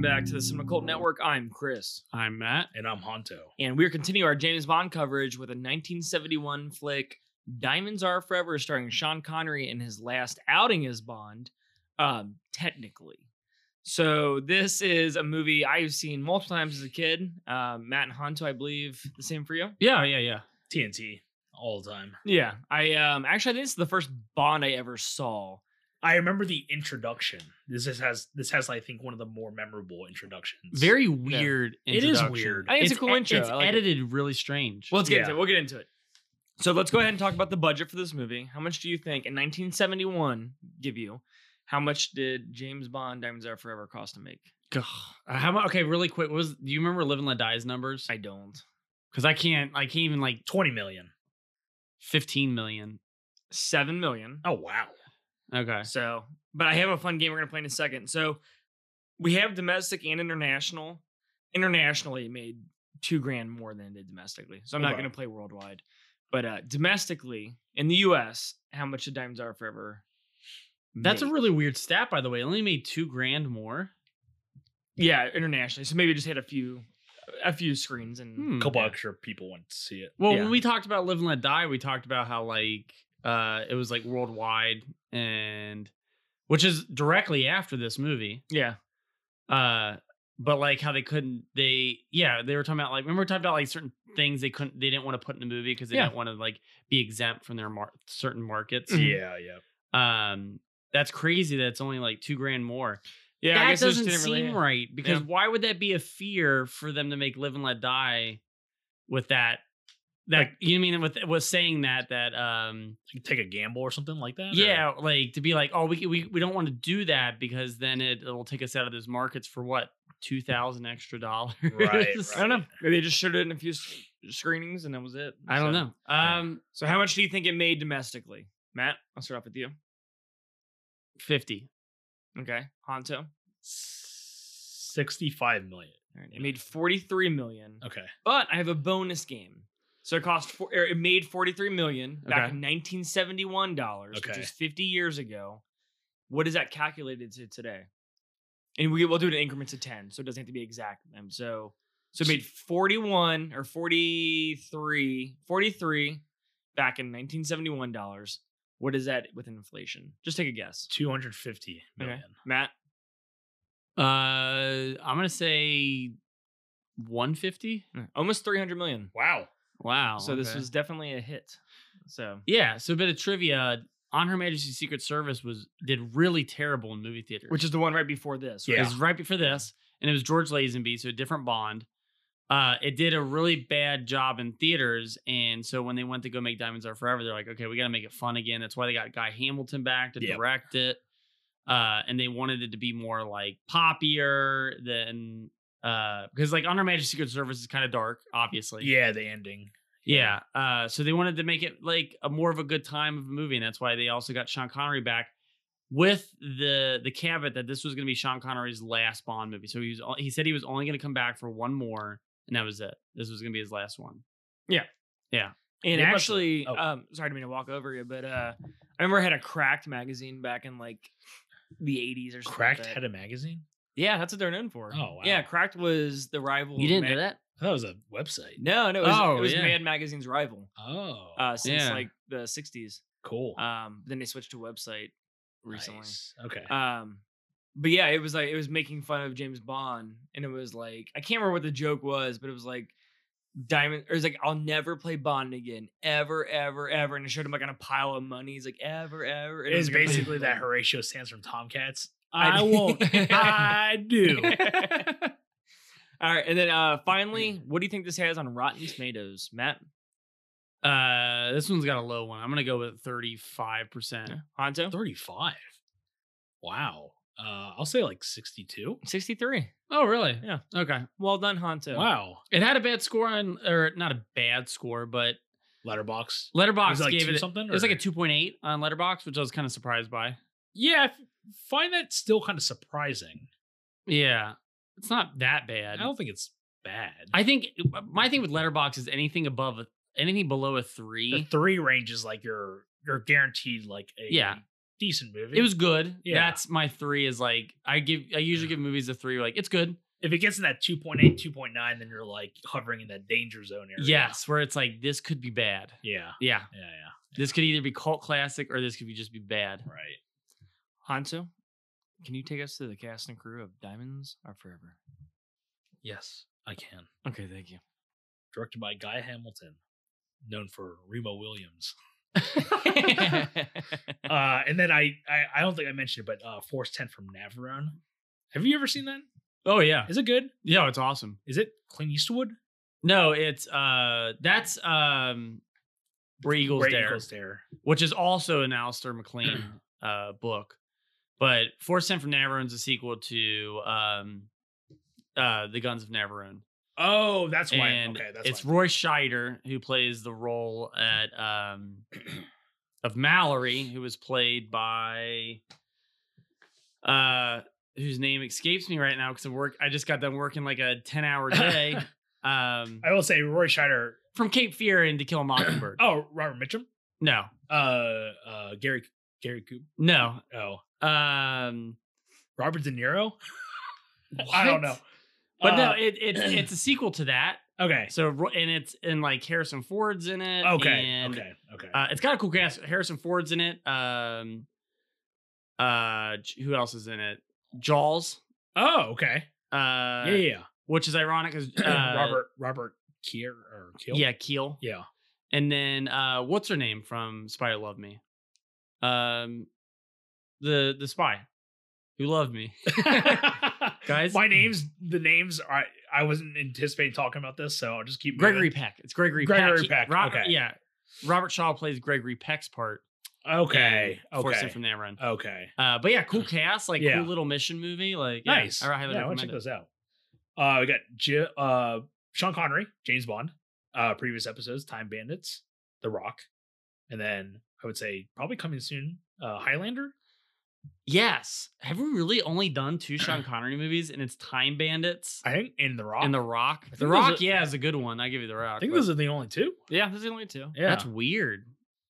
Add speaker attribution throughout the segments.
Speaker 1: back to the Cinema Cult Network. I'm Chris,
Speaker 2: I'm Matt.
Speaker 3: And I'm Honto.
Speaker 1: and we're continuing our James Bond coverage with a 1971 flick, Diamonds Are Forever, starring Sean Connery in his last outing as Bond, um, technically. So this is a movie I've seen multiple times as a kid. Um, Matt and Honto, I believe, the same for you.
Speaker 2: Yeah, yeah, yeah.
Speaker 3: TNT all the time.
Speaker 1: Yeah, I um actually I think this is the first Bond I ever saw.
Speaker 3: I remember the introduction. This is, has this has I think one of the more memorable introductions.
Speaker 2: Very weird.
Speaker 3: It is
Speaker 2: introduction.
Speaker 3: weird.
Speaker 1: I think it's a cool
Speaker 2: e-
Speaker 1: intro.
Speaker 2: It's
Speaker 1: I like it.
Speaker 2: edited really strange.
Speaker 1: Well, let's get
Speaker 3: Yeah.
Speaker 1: into it. We'll get into it. So let's go ahead and talk about the budget for this movie. How much do you think in 1971 give you? How much did James Bond Diamonds Are Forever cost to make?
Speaker 2: Ugh. uh, how mu- Okay, really quick. What was do you remember Live and Let Die's numbers?
Speaker 1: I don't.
Speaker 2: Because I can't. I can't even like
Speaker 3: twenty million.
Speaker 2: fifteen million.
Speaker 1: Seven million.
Speaker 3: Oh wow.
Speaker 2: Okay.
Speaker 1: So, but I have a fun game we're gonna play in a second. So, we have domestic and international. Internationally, it made two grand more than it did domestically. So I'm not
Speaker 3: Okay.
Speaker 1: gonna play worldwide, but uh domestically in the U.S., how much did Diamonds Are Forever?
Speaker 2: That's a
Speaker 1: make?
Speaker 2: really weird stat, by the way. It only made two grand more.
Speaker 1: yeah internationally. So maybe just hit a few, a few screens and
Speaker 2: Hmm.
Speaker 3: couple extra people went to see it.
Speaker 2: Well,
Speaker 1: Yeah.
Speaker 2: when we talked about Live and Let Die, we talked about how like uh it was like worldwide and which is directly after this movie.
Speaker 1: yeah,
Speaker 2: Uh but like how they couldn't they yeah, they were talking about like remember we talked about like certain things they couldn't they didn't want to put in the movie because they
Speaker 1: Yeah.
Speaker 2: didn't want to like be exempt from their mar- certain markets.
Speaker 1: Mhm.
Speaker 3: Yeah, yeah.
Speaker 2: Um that's crazy that it's only like two grand more.
Speaker 1: yeah. I
Speaker 2: that
Speaker 1: guess it just
Speaker 2: doesn't
Speaker 1: didn't
Speaker 2: seem
Speaker 1: really-
Speaker 2: right because
Speaker 1: Yeah.
Speaker 2: why would that be a fear for them to make live and let die with that? That
Speaker 3: Like-
Speaker 2: you mean with with saying that that um
Speaker 3: You take a gamble or something like that. or-
Speaker 2: yeah like to be like oh we we, we don't want to do that because then it will take us out of those markets for what two thousand extra dollars
Speaker 3: Right,
Speaker 1: I don't know. Maybe they just showed it in a few s- screenings and that was it.
Speaker 2: I don't
Speaker 1: So-
Speaker 2: know um
Speaker 1: So how much do you think it made domestically, Matt? I'll start off with you.
Speaker 2: fifty
Speaker 1: Okay, Honto.
Speaker 3: Sixty-five million.
Speaker 1: All right, It made 43 million.
Speaker 3: Okay.
Speaker 1: But I have a bonus game. So it cost four, er, it made 43 million back
Speaker 2: Okay.
Speaker 1: in 1971 dollars, which
Speaker 3: Okay.
Speaker 1: is 50 years ago. What is that calculated to today? And we will do it in increments of 10, so it doesn't have to be exact. Um, So so it made 41 or 43 43 back in 1971 dollars. What is that with inflation? Just take a guess.
Speaker 3: Two hundred fifty million.
Speaker 1: Matt,
Speaker 2: uh I'm gonna say one fifty
Speaker 1: almost 300 million.
Speaker 3: Wow.
Speaker 2: wow
Speaker 1: so this
Speaker 2: Oh, okay.
Speaker 1: was definitely a hit. So
Speaker 2: Yeah, so a bit of trivia. On Her Majesty's Secret Service was did really terrible in movie theaters.
Speaker 1: which is the one right before this.
Speaker 2: it
Speaker 3: Yeah.
Speaker 2: was right before this, and it was George Lazenby, so a different Bond. Uh, it did a really bad job in theaters, and so when they went to go make Diamonds Are Forever, they're like, okay, we got to make it fun again. That's why they got Guy Hamilton back to
Speaker 3: Yep.
Speaker 2: direct it, uh, and they wanted it to be more like poppier than uh, because like On Her Majesty's Secret Service is kind of dark, obviously.
Speaker 3: Yeah, the ending.
Speaker 2: Yeah. Uh, so they wanted to make it like a more of a good time of a movie, and that's why they also got Sean Connery back with the the caveat that this was going to be Sean Connery's last Bond movie. So he was o- he said he was only going to come back for one more, and that was it. This was going to be his last one.
Speaker 1: And
Speaker 3: They must have-
Speaker 1: actually,
Speaker 3: oh.
Speaker 1: um, sorry to mean to walk over you, but uh, I remember I had a Cracked magazine back in like the '80s or something.
Speaker 3: Cracked
Speaker 1: like that.
Speaker 3: had a magazine.
Speaker 1: Yeah, that's what they're known for.
Speaker 3: Oh, wow.
Speaker 1: Yeah, Cracked was the rival.
Speaker 2: You
Speaker 1: of
Speaker 2: didn't
Speaker 1: Mad-
Speaker 2: know that?
Speaker 3: I thought it was a website.
Speaker 1: No, no, it was, it
Speaker 2: Oh,
Speaker 1: was
Speaker 2: yeah.
Speaker 1: Mad Magazine's rival
Speaker 3: Oh,
Speaker 1: uh, since
Speaker 2: Yeah.
Speaker 1: like the '60s.
Speaker 3: cool.
Speaker 1: Um, then they switched to website recently.
Speaker 3: Nice. Okay.
Speaker 1: Um, but yeah, it was like it was making fun of James Bond, and it was like I can't remember what the joke was, but it was like Diamond, or it was like I'll never play Bond again, ever, ever, ever, and it showed him like on a pile of money. He's like ever, ever. and
Speaker 3: it is
Speaker 1: like, a bunch of
Speaker 3: basically that
Speaker 1: money.
Speaker 3: Horatio Sands from Tomcats.
Speaker 1: I
Speaker 3: I
Speaker 1: do.
Speaker 3: won't. I do.
Speaker 1: All right, and then uh finally, what do you think this has on Rotten Tomatoes, Matt
Speaker 2: Uh, this one's got a low one. I'm going to go with thirty five percent.
Speaker 1: Honto?
Speaker 3: 35. Wow. Uh, I'll say like 62.
Speaker 1: Sixty-three.
Speaker 2: Oh, really?
Speaker 1: Yeah.
Speaker 2: Okay.
Speaker 1: Well done, Honto.
Speaker 3: Wow.
Speaker 2: It had a bad score on, or not a bad score, but
Speaker 3: Letterbox.
Speaker 2: Letterbox
Speaker 3: Was it like
Speaker 2: gave
Speaker 3: two
Speaker 2: it a-
Speaker 3: something,
Speaker 2: It was like
Speaker 3: or-
Speaker 2: a two point eight on Letterbox, which I was kind of surprised by.
Speaker 3: Yeah, I f- find that still kind of surprising.
Speaker 2: Yeah, it's not that
Speaker 3: I
Speaker 2: bad.
Speaker 3: don't think it's bad.
Speaker 2: I think eh, my thing with Letterbox is anything above a, anything below a
Speaker 3: the
Speaker 2: three.
Speaker 3: three range is like you're you're guaranteed like a
Speaker 2: Yeah.
Speaker 3: decent movie.
Speaker 2: It was good.
Speaker 3: Yeah.
Speaker 2: That's my three. Is like I give. I usually give movies a three. Like it's good.
Speaker 3: If it gets in that 2.8, 2.9, then you're like hovering in that danger zone area.
Speaker 2: Yes, where it's like this could be bad.
Speaker 3: Yeah.
Speaker 2: Yeah,
Speaker 3: Yeah. Yeah.
Speaker 2: this could either be cult classic or this could be just be bad.
Speaker 3: Right.
Speaker 1: Hanzo, can you take us to the cast and crew of Diamonds Are Forever?
Speaker 3: Yes, I can.
Speaker 1: Okay, thank you.
Speaker 3: Directed by Guy Hamilton, known for Remo Williams. uh, and then I, I, I don't think I mentioned it, but uh, Force 10 from Navarone. Have you ever seen that?
Speaker 2: oh yeah,
Speaker 3: Is it good?
Speaker 2: yeah, it's awesome.
Speaker 3: Is it Clint Eastwood?
Speaker 2: No, it's uh, that's um, Where Eagles
Speaker 3: Where
Speaker 2: Dare,
Speaker 3: Eagles Dare.
Speaker 2: which is also an Alistair McLean uh book, but Force Ten from Navarone is a sequel to um, uh, The Guns of Navarone.
Speaker 3: Oh, that's why.
Speaker 2: and
Speaker 3: okay, that's
Speaker 2: it's
Speaker 3: why.
Speaker 2: Roy Scheider who plays the role at um of Mallory, who was played by uh whose name escapes me right now because I work. I just got done working like a ten hour day um
Speaker 3: I will say Roy Scheider.
Speaker 2: from Cape Fear and To Kill a Mockingbird.
Speaker 3: Oh, Robert Mitchum.
Speaker 2: No,
Speaker 3: Uh, uh, Gary Gary Coop.
Speaker 2: no.
Speaker 3: Oh,
Speaker 2: Um,
Speaker 3: Robert De Niro. I don't know.
Speaker 2: what? But no,
Speaker 3: Uh,
Speaker 2: it, it it's a sequel to that.
Speaker 3: okay.
Speaker 2: So Ro- and it's and like Harrison Ford's in it.
Speaker 3: Okay.
Speaker 2: and,
Speaker 3: Okay. Okay.
Speaker 2: Uh, it's got a cool cast. Harrison Ford's in it. Um, uh, j- who else is in it? Jaws.
Speaker 3: oh, okay.
Speaker 2: Uh,
Speaker 3: Yeah, yeah.
Speaker 2: which is ironic because
Speaker 3: yeah.
Speaker 2: uh,
Speaker 3: Robert Robert Kier or Kiel.
Speaker 2: Yeah, Keel.
Speaker 3: Yeah.
Speaker 2: And then uh, what's her name from Spy Who Loved Me? Um, the the spy who loved me. Guys?
Speaker 3: my names the names are I wasn't anticipating talking about this, so I'll just keep moving.
Speaker 2: Gregory Peck. It's Gregory.
Speaker 3: Gregory
Speaker 2: Peck. He-
Speaker 3: Peck,
Speaker 2: Robert-
Speaker 3: okay.
Speaker 2: Yeah. Robert Shaw plays Gregory Peck's part.
Speaker 3: Okay.
Speaker 2: in Forced In
Speaker 3: Okay.
Speaker 2: from that run.
Speaker 3: Okay.
Speaker 2: Uh, but yeah, cool cast, like
Speaker 3: Yeah.
Speaker 2: cool little mission movie. Like yeah,
Speaker 3: Nice.
Speaker 2: I highly
Speaker 3: yeah, I
Speaker 2: recommend
Speaker 3: want to check
Speaker 2: it.
Speaker 3: those out. Uh, we got J- uh, Sean Connery, James Bond, uh, previous episodes, Time Bandits, The Rock, and then I would say probably coming soon, uh, Highlander.
Speaker 2: Yes. Have we really only done two Sean Connery movies and it's Time Bandits
Speaker 3: I think in The Rock.
Speaker 2: and The Rock?
Speaker 3: think
Speaker 2: The
Speaker 3: those
Speaker 2: Rock,
Speaker 3: are-
Speaker 2: yeah, is a good one. I give you The Rock.
Speaker 3: I think
Speaker 2: but-
Speaker 3: those are the only two.
Speaker 1: Yeah, there's only two.
Speaker 3: Yeah.
Speaker 2: That's weird.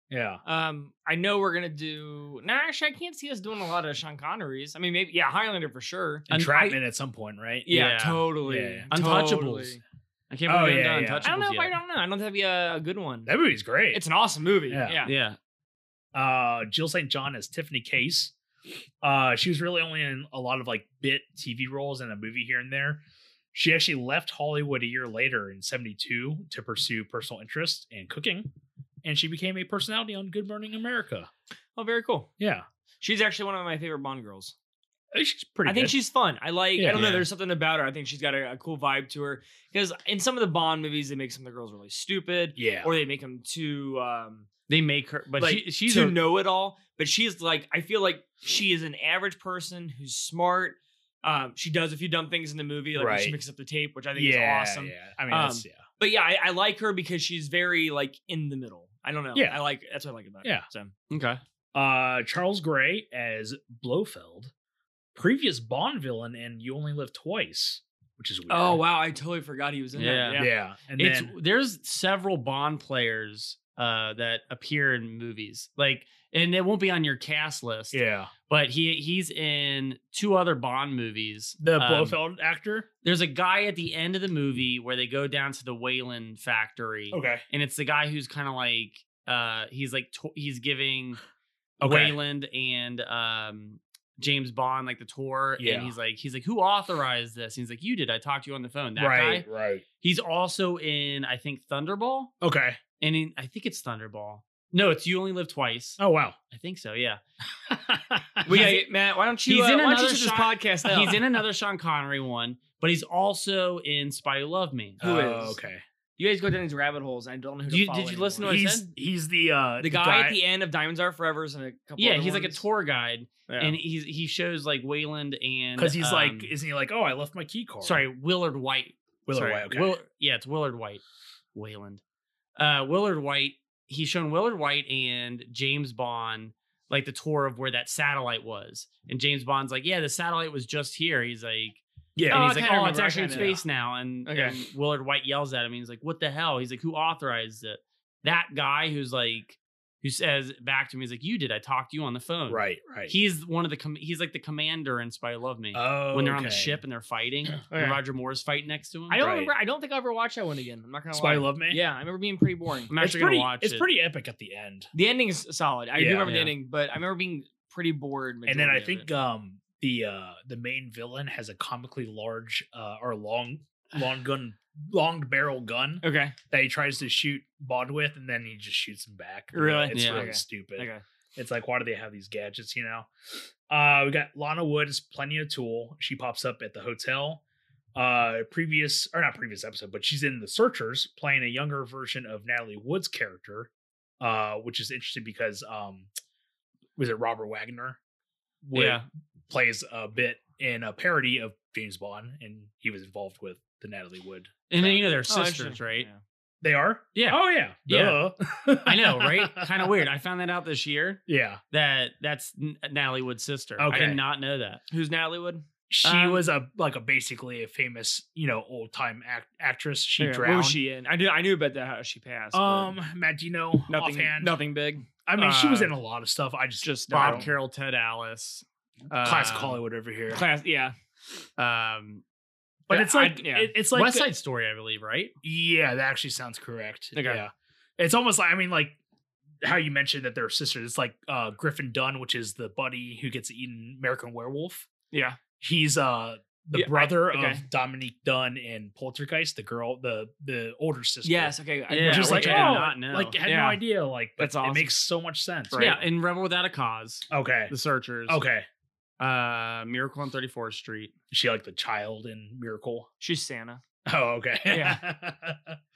Speaker 3: yeah.
Speaker 1: Um, I know we're gonna do. Nah, actually, I can't see us doing a lot of Sean Connery's. I mean, maybe yeah, Highlander for sure.
Speaker 2: And I-
Speaker 3: Entrapment at some point, right?
Speaker 1: Yeah,
Speaker 2: Yeah.
Speaker 1: totally.
Speaker 3: Yeah.
Speaker 2: Untouchables.
Speaker 1: Totally.
Speaker 2: I can't
Speaker 3: Oh,
Speaker 2: believe we haven't
Speaker 3: yeah,
Speaker 2: done
Speaker 1: I
Speaker 3: yeah.
Speaker 1: don't know
Speaker 2: Untouchables
Speaker 1: if I
Speaker 2: yet.
Speaker 1: don't know. I don't think that'd be a, a good one.
Speaker 3: That movie's great.
Speaker 1: It's an awesome movie.
Speaker 3: Yeah.
Speaker 1: Yeah.
Speaker 2: Yeah.
Speaker 3: uh, Jill St. John as Tiffany Case. Uh, she was really only in a lot of like bit TV roles and a movie here and there. She actually left Hollywood a year later in 72 to pursue personal interest in cooking. And she became a personality on Good Morning America.
Speaker 1: Oh, very cool.
Speaker 3: Yeah.
Speaker 1: She's actually one of my favorite Bond girls.
Speaker 3: I think She's pretty
Speaker 1: I think
Speaker 3: good.
Speaker 1: she's fun. I like.
Speaker 3: Yeah.
Speaker 1: I don't know.
Speaker 2: Yeah.
Speaker 1: There's something about her. I think she's got a, a cool vibe to her. Because in some of the Bond movies, they make some of the girls really stupid,
Speaker 3: Yeah.
Speaker 1: or they make them too um,
Speaker 2: They make her but
Speaker 1: like,
Speaker 2: she, she's
Speaker 1: to
Speaker 2: a,
Speaker 1: know it all. But she's like, I feel like she is an average person who's smart. Um, she does a few dumb things in the movie, like when she
Speaker 3: Right.
Speaker 1: mixes up the tape, which I think
Speaker 3: yeah,
Speaker 1: is awesome. Um,
Speaker 3: Yeah. I mean, that's, yeah.
Speaker 1: But yeah, I, I like her because she's very like in the middle. I don't know.
Speaker 3: Yeah.
Speaker 1: I like that's what I like about
Speaker 3: Yeah.
Speaker 1: her. So
Speaker 2: Okay.
Speaker 3: Uh, Charles Gray as Blofeld, previous Bond villain and You Only Live Twice, which is weird.
Speaker 1: Oh wow, I totally forgot he was in
Speaker 2: Yeah.
Speaker 1: there.
Speaker 3: Yeah.
Speaker 1: Yeah.
Speaker 3: And
Speaker 2: it's
Speaker 3: then,
Speaker 2: there's several Bond players uh that appear in movies. Like and it won't be on your cast list.
Speaker 3: yeah.
Speaker 2: But he he's in two other Bond movies.
Speaker 3: The
Speaker 2: Um,
Speaker 3: Blofeld actor.
Speaker 2: there's a guy at the end of the movie where they go down to the Wayland factory,
Speaker 3: Okay.
Speaker 2: and it's the guy who's kind of like uh he's like to- he's giving
Speaker 3: Okay.
Speaker 2: Wayland and um James Bond like the tour,
Speaker 3: Yeah.
Speaker 2: and he's like he's like who authorized this? And he's like you did. I talked to you on the phone. That
Speaker 3: right,
Speaker 2: guy.
Speaker 3: right.
Speaker 2: He's also in I think Thunderball,
Speaker 3: Okay.
Speaker 2: and in, I think it's Thunderball. No, it's You Only Live Twice.
Speaker 3: Oh wow.
Speaker 2: I think so. Yeah.
Speaker 1: We
Speaker 2: He's
Speaker 1: gotta get Matt. Why don't you?
Speaker 2: he's
Speaker 1: uh, why
Speaker 2: in
Speaker 1: don't you
Speaker 2: another
Speaker 1: sit this
Speaker 2: shot-
Speaker 1: podcast out?
Speaker 2: He's in another Sean Connery one, but he's also in Spy Who Loved Me.
Speaker 1: Who
Speaker 3: Oh,
Speaker 1: is?
Speaker 3: Okay.
Speaker 1: You guys go down these rabbit holes. I don't know who. To
Speaker 2: You-
Speaker 1: follow
Speaker 2: did you listen
Speaker 1: anymore.
Speaker 2: to
Speaker 3: he's
Speaker 2: said?
Speaker 3: he's the uh,
Speaker 1: He's the guy, at the end of Diamonds Are Forever's and a couple.
Speaker 2: Yeah,
Speaker 1: other
Speaker 2: he's like a
Speaker 1: ones.
Speaker 2: tour guide,
Speaker 1: Yeah.
Speaker 2: and he's he shows like Wayland and
Speaker 3: because he's
Speaker 2: um,
Speaker 3: like isn't he like oh I left my key card.
Speaker 2: sorry Willard White.
Speaker 3: Willard
Speaker 2: Sorry,
Speaker 3: White. Okay.
Speaker 2: Will- yeah, it's Willard White. Wayland. Uh, Willard White. He's shown Willard White and James Bond like the tour of where that satellite was, and James Bond's like, yeah, the satellite was just here. He's like,
Speaker 3: yeah.
Speaker 1: Oh,
Speaker 2: and
Speaker 1: I
Speaker 2: he's like,
Speaker 1: kinda
Speaker 2: oh, it's
Speaker 1: remember, I
Speaker 2: actually in
Speaker 1: kinda-
Speaker 2: space now. And,
Speaker 1: Okay.
Speaker 2: and Willard White yells at him. He's like, what the hell? He's like, who authorized it? That guy who's like who says back to me, he's like, "You did. I talked to you on the phone."
Speaker 3: Right, right.
Speaker 2: He's one of the com- he's like the commander in Spy Love Me
Speaker 3: oh,
Speaker 2: when they're on the
Speaker 3: okay.
Speaker 2: ship and they're fighting.
Speaker 1: Okay.
Speaker 2: And Roger Moore's fighting next to him.
Speaker 1: I don't
Speaker 3: Mm-hmm. Right.
Speaker 1: remember. I don't think I ever watched that one again. I'm not gonna
Speaker 3: Spy
Speaker 1: lie.
Speaker 3: Love Me.
Speaker 1: Yeah, I remember being pretty boring.
Speaker 2: I'm
Speaker 3: it's
Speaker 2: actually
Speaker 3: pretty.
Speaker 2: gonna watch
Speaker 3: it's
Speaker 2: it.
Speaker 3: pretty epic at the end.
Speaker 1: The ending's solid. I do
Speaker 3: Yeah.
Speaker 1: remember the
Speaker 2: Yeah.
Speaker 1: ending, but I remember being pretty bored.
Speaker 3: and then I
Speaker 1: majority of
Speaker 3: think
Speaker 1: it.
Speaker 3: um the uh the main villain has a comically large uh or long long gun long barrel gun
Speaker 1: okay,
Speaker 3: that he tries to shoot Bond with and then he just shoots him back. You know,
Speaker 1: Really?
Speaker 3: It's
Speaker 2: Yeah.
Speaker 3: really
Speaker 1: Okay.
Speaker 3: stupid.
Speaker 1: okay,
Speaker 3: It's like why do they have these gadgets, you know? Uh we got Lana Woods, plenty of tool. She pops up at the hotel. Uh previous or not previous episode, but she's in The Searchers playing a younger version of Natalie Wood's character, uh, which is interesting because um was it Robert Wagner? would-
Speaker 2: yeah.
Speaker 3: plays a bit in a parody of James Bond, and he was involved with the Natalie Wood.
Speaker 2: And then you know they're
Speaker 1: Oh,
Speaker 2: sisters,
Speaker 1: interesting.
Speaker 2: right?
Speaker 1: Yeah.
Speaker 3: They are?
Speaker 2: Yeah.
Speaker 3: Oh, yeah.
Speaker 2: Yeah.
Speaker 3: Duh.
Speaker 2: I know, right? kind of weird. I found that out this year
Speaker 3: yeah.
Speaker 2: that that's N- Natalie Wood's sister. I
Speaker 3: Okay.
Speaker 2: did not know that.
Speaker 1: Who's Natalie Wood?
Speaker 3: She
Speaker 2: Um,
Speaker 3: was a like a basically a famous, you know, old time act- actress. She
Speaker 1: Okay,
Speaker 3: drowned.
Speaker 1: What was she in? I knew. I knew about that. How she passed. but
Speaker 3: Um, Matt, do you know
Speaker 1: nothing.
Speaker 3: offhand?
Speaker 1: Nothing big.
Speaker 3: I mean, she was
Speaker 2: Uh,
Speaker 3: in a lot of stuff. I just
Speaker 1: Just
Speaker 3: I
Speaker 2: Bob
Speaker 3: don't-
Speaker 2: Carroll, Ted Alice,
Speaker 3: classic
Speaker 2: um,
Speaker 3: Hollywood over here.
Speaker 1: Class. Yeah.
Speaker 2: Um,
Speaker 3: But
Speaker 1: yeah,
Speaker 3: it's like
Speaker 1: I- yeah.
Speaker 3: it- it's like
Speaker 2: West Side Story, I believe, right?
Speaker 3: Yeah, that actually sounds correct.
Speaker 1: Okay.
Speaker 3: Yeah. It's almost like I mean, like how you mentioned that they're sisters. It's like uh Griffin Dunn, which is the buddy who gets eaten American werewolf.
Speaker 1: Yeah.
Speaker 3: He's uh the
Speaker 1: Yeah, I-
Speaker 3: brother
Speaker 1: okay.
Speaker 3: of Dominique Dunn in Poltergeist, the girl, the the older sister.
Speaker 1: Yes. Okay. I-
Speaker 2: Yeah,
Speaker 3: just
Speaker 1: which I
Speaker 2: did
Speaker 3: like
Speaker 1: didn't
Speaker 3: oh,
Speaker 1: know.
Speaker 2: not know.
Speaker 3: like had no
Speaker 1: Yeah.
Speaker 3: idea. Like but
Speaker 1: That's
Speaker 3: It
Speaker 1: awesome.
Speaker 3: makes so much sense.
Speaker 1: Right.
Speaker 2: Yeah, and Rebel Without a Cause,
Speaker 3: Okay.
Speaker 2: The Searchers,
Speaker 3: Okay.
Speaker 2: uh, Miracle on 34th Street.
Speaker 3: Is she like the child in Miracle?
Speaker 1: She's Santa.
Speaker 3: Oh, okay.
Speaker 1: Yeah.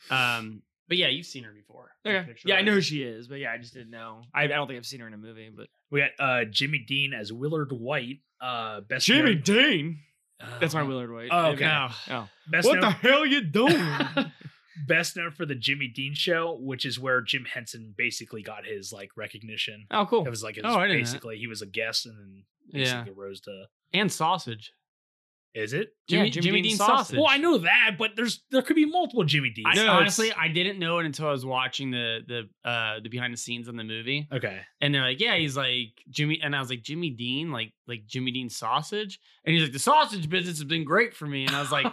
Speaker 2: Um, but yeah, you've seen her before.
Speaker 1: Okay.
Speaker 2: Picture
Speaker 1: Yeah, I
Speaker 2: of
Speaker 1: know
Speaker 2: her.
Speaker 1: who she is, but yeah, I just didn't know. I, I don't think I've seen her in a movie, but
Speaker 3: we got uh Jimmy Dean as Willard White. Uh best known-
Speaker 1: Dean. That's my
Speaker 3: Uh,
Speaker 1: Willard White.
Speaker 3: Oh,
Speaker 1: Maybe.
Speaker 3: okay.
Speaker 2: No.
Speaker 1: Oh.
Speaker 3: Best known-
Speaker 1: hell you
Speaker 3: best known for the Jimmy Dean show, which is where Jim Henson basically got his like recognition.
Speaker 1: oh, cool.
Speaker 3: It was like his,
Speaker 2: Oh, I didn't know that.
Speaker 3: basically he was a guest and then
Speaker 2: Yeah,
Speaker 3: basically rose to
Speaker 2: and sausage.
Speaker 3: is it?
Speaker 1: Yeah,
Speaker 2: Jimmy,
Speaker 1: Jimmy
Speaker 2: Jimmy,
Speaker 1: Dean
Speaker 2: Dean,
Speaker 1: sausage.
Speaker 2: sausage.
Speaker 3: Well, I know that, but there's there could be multiple Jimmy Deans.
Speaker 2: I,
Speaker 1: No, it's-
Speaker 2: honestly, I didn't know it until I was watching the the uh the behind the scenes on the movie,
Speaker 3: okay.
Speaker 2: and they're like, "Yeah, he's like Jimmy," and I was like, "Jimmy Dean, like like Jimmy Dean sausage," and he's like, "The sausage business has been great for me," and I was like,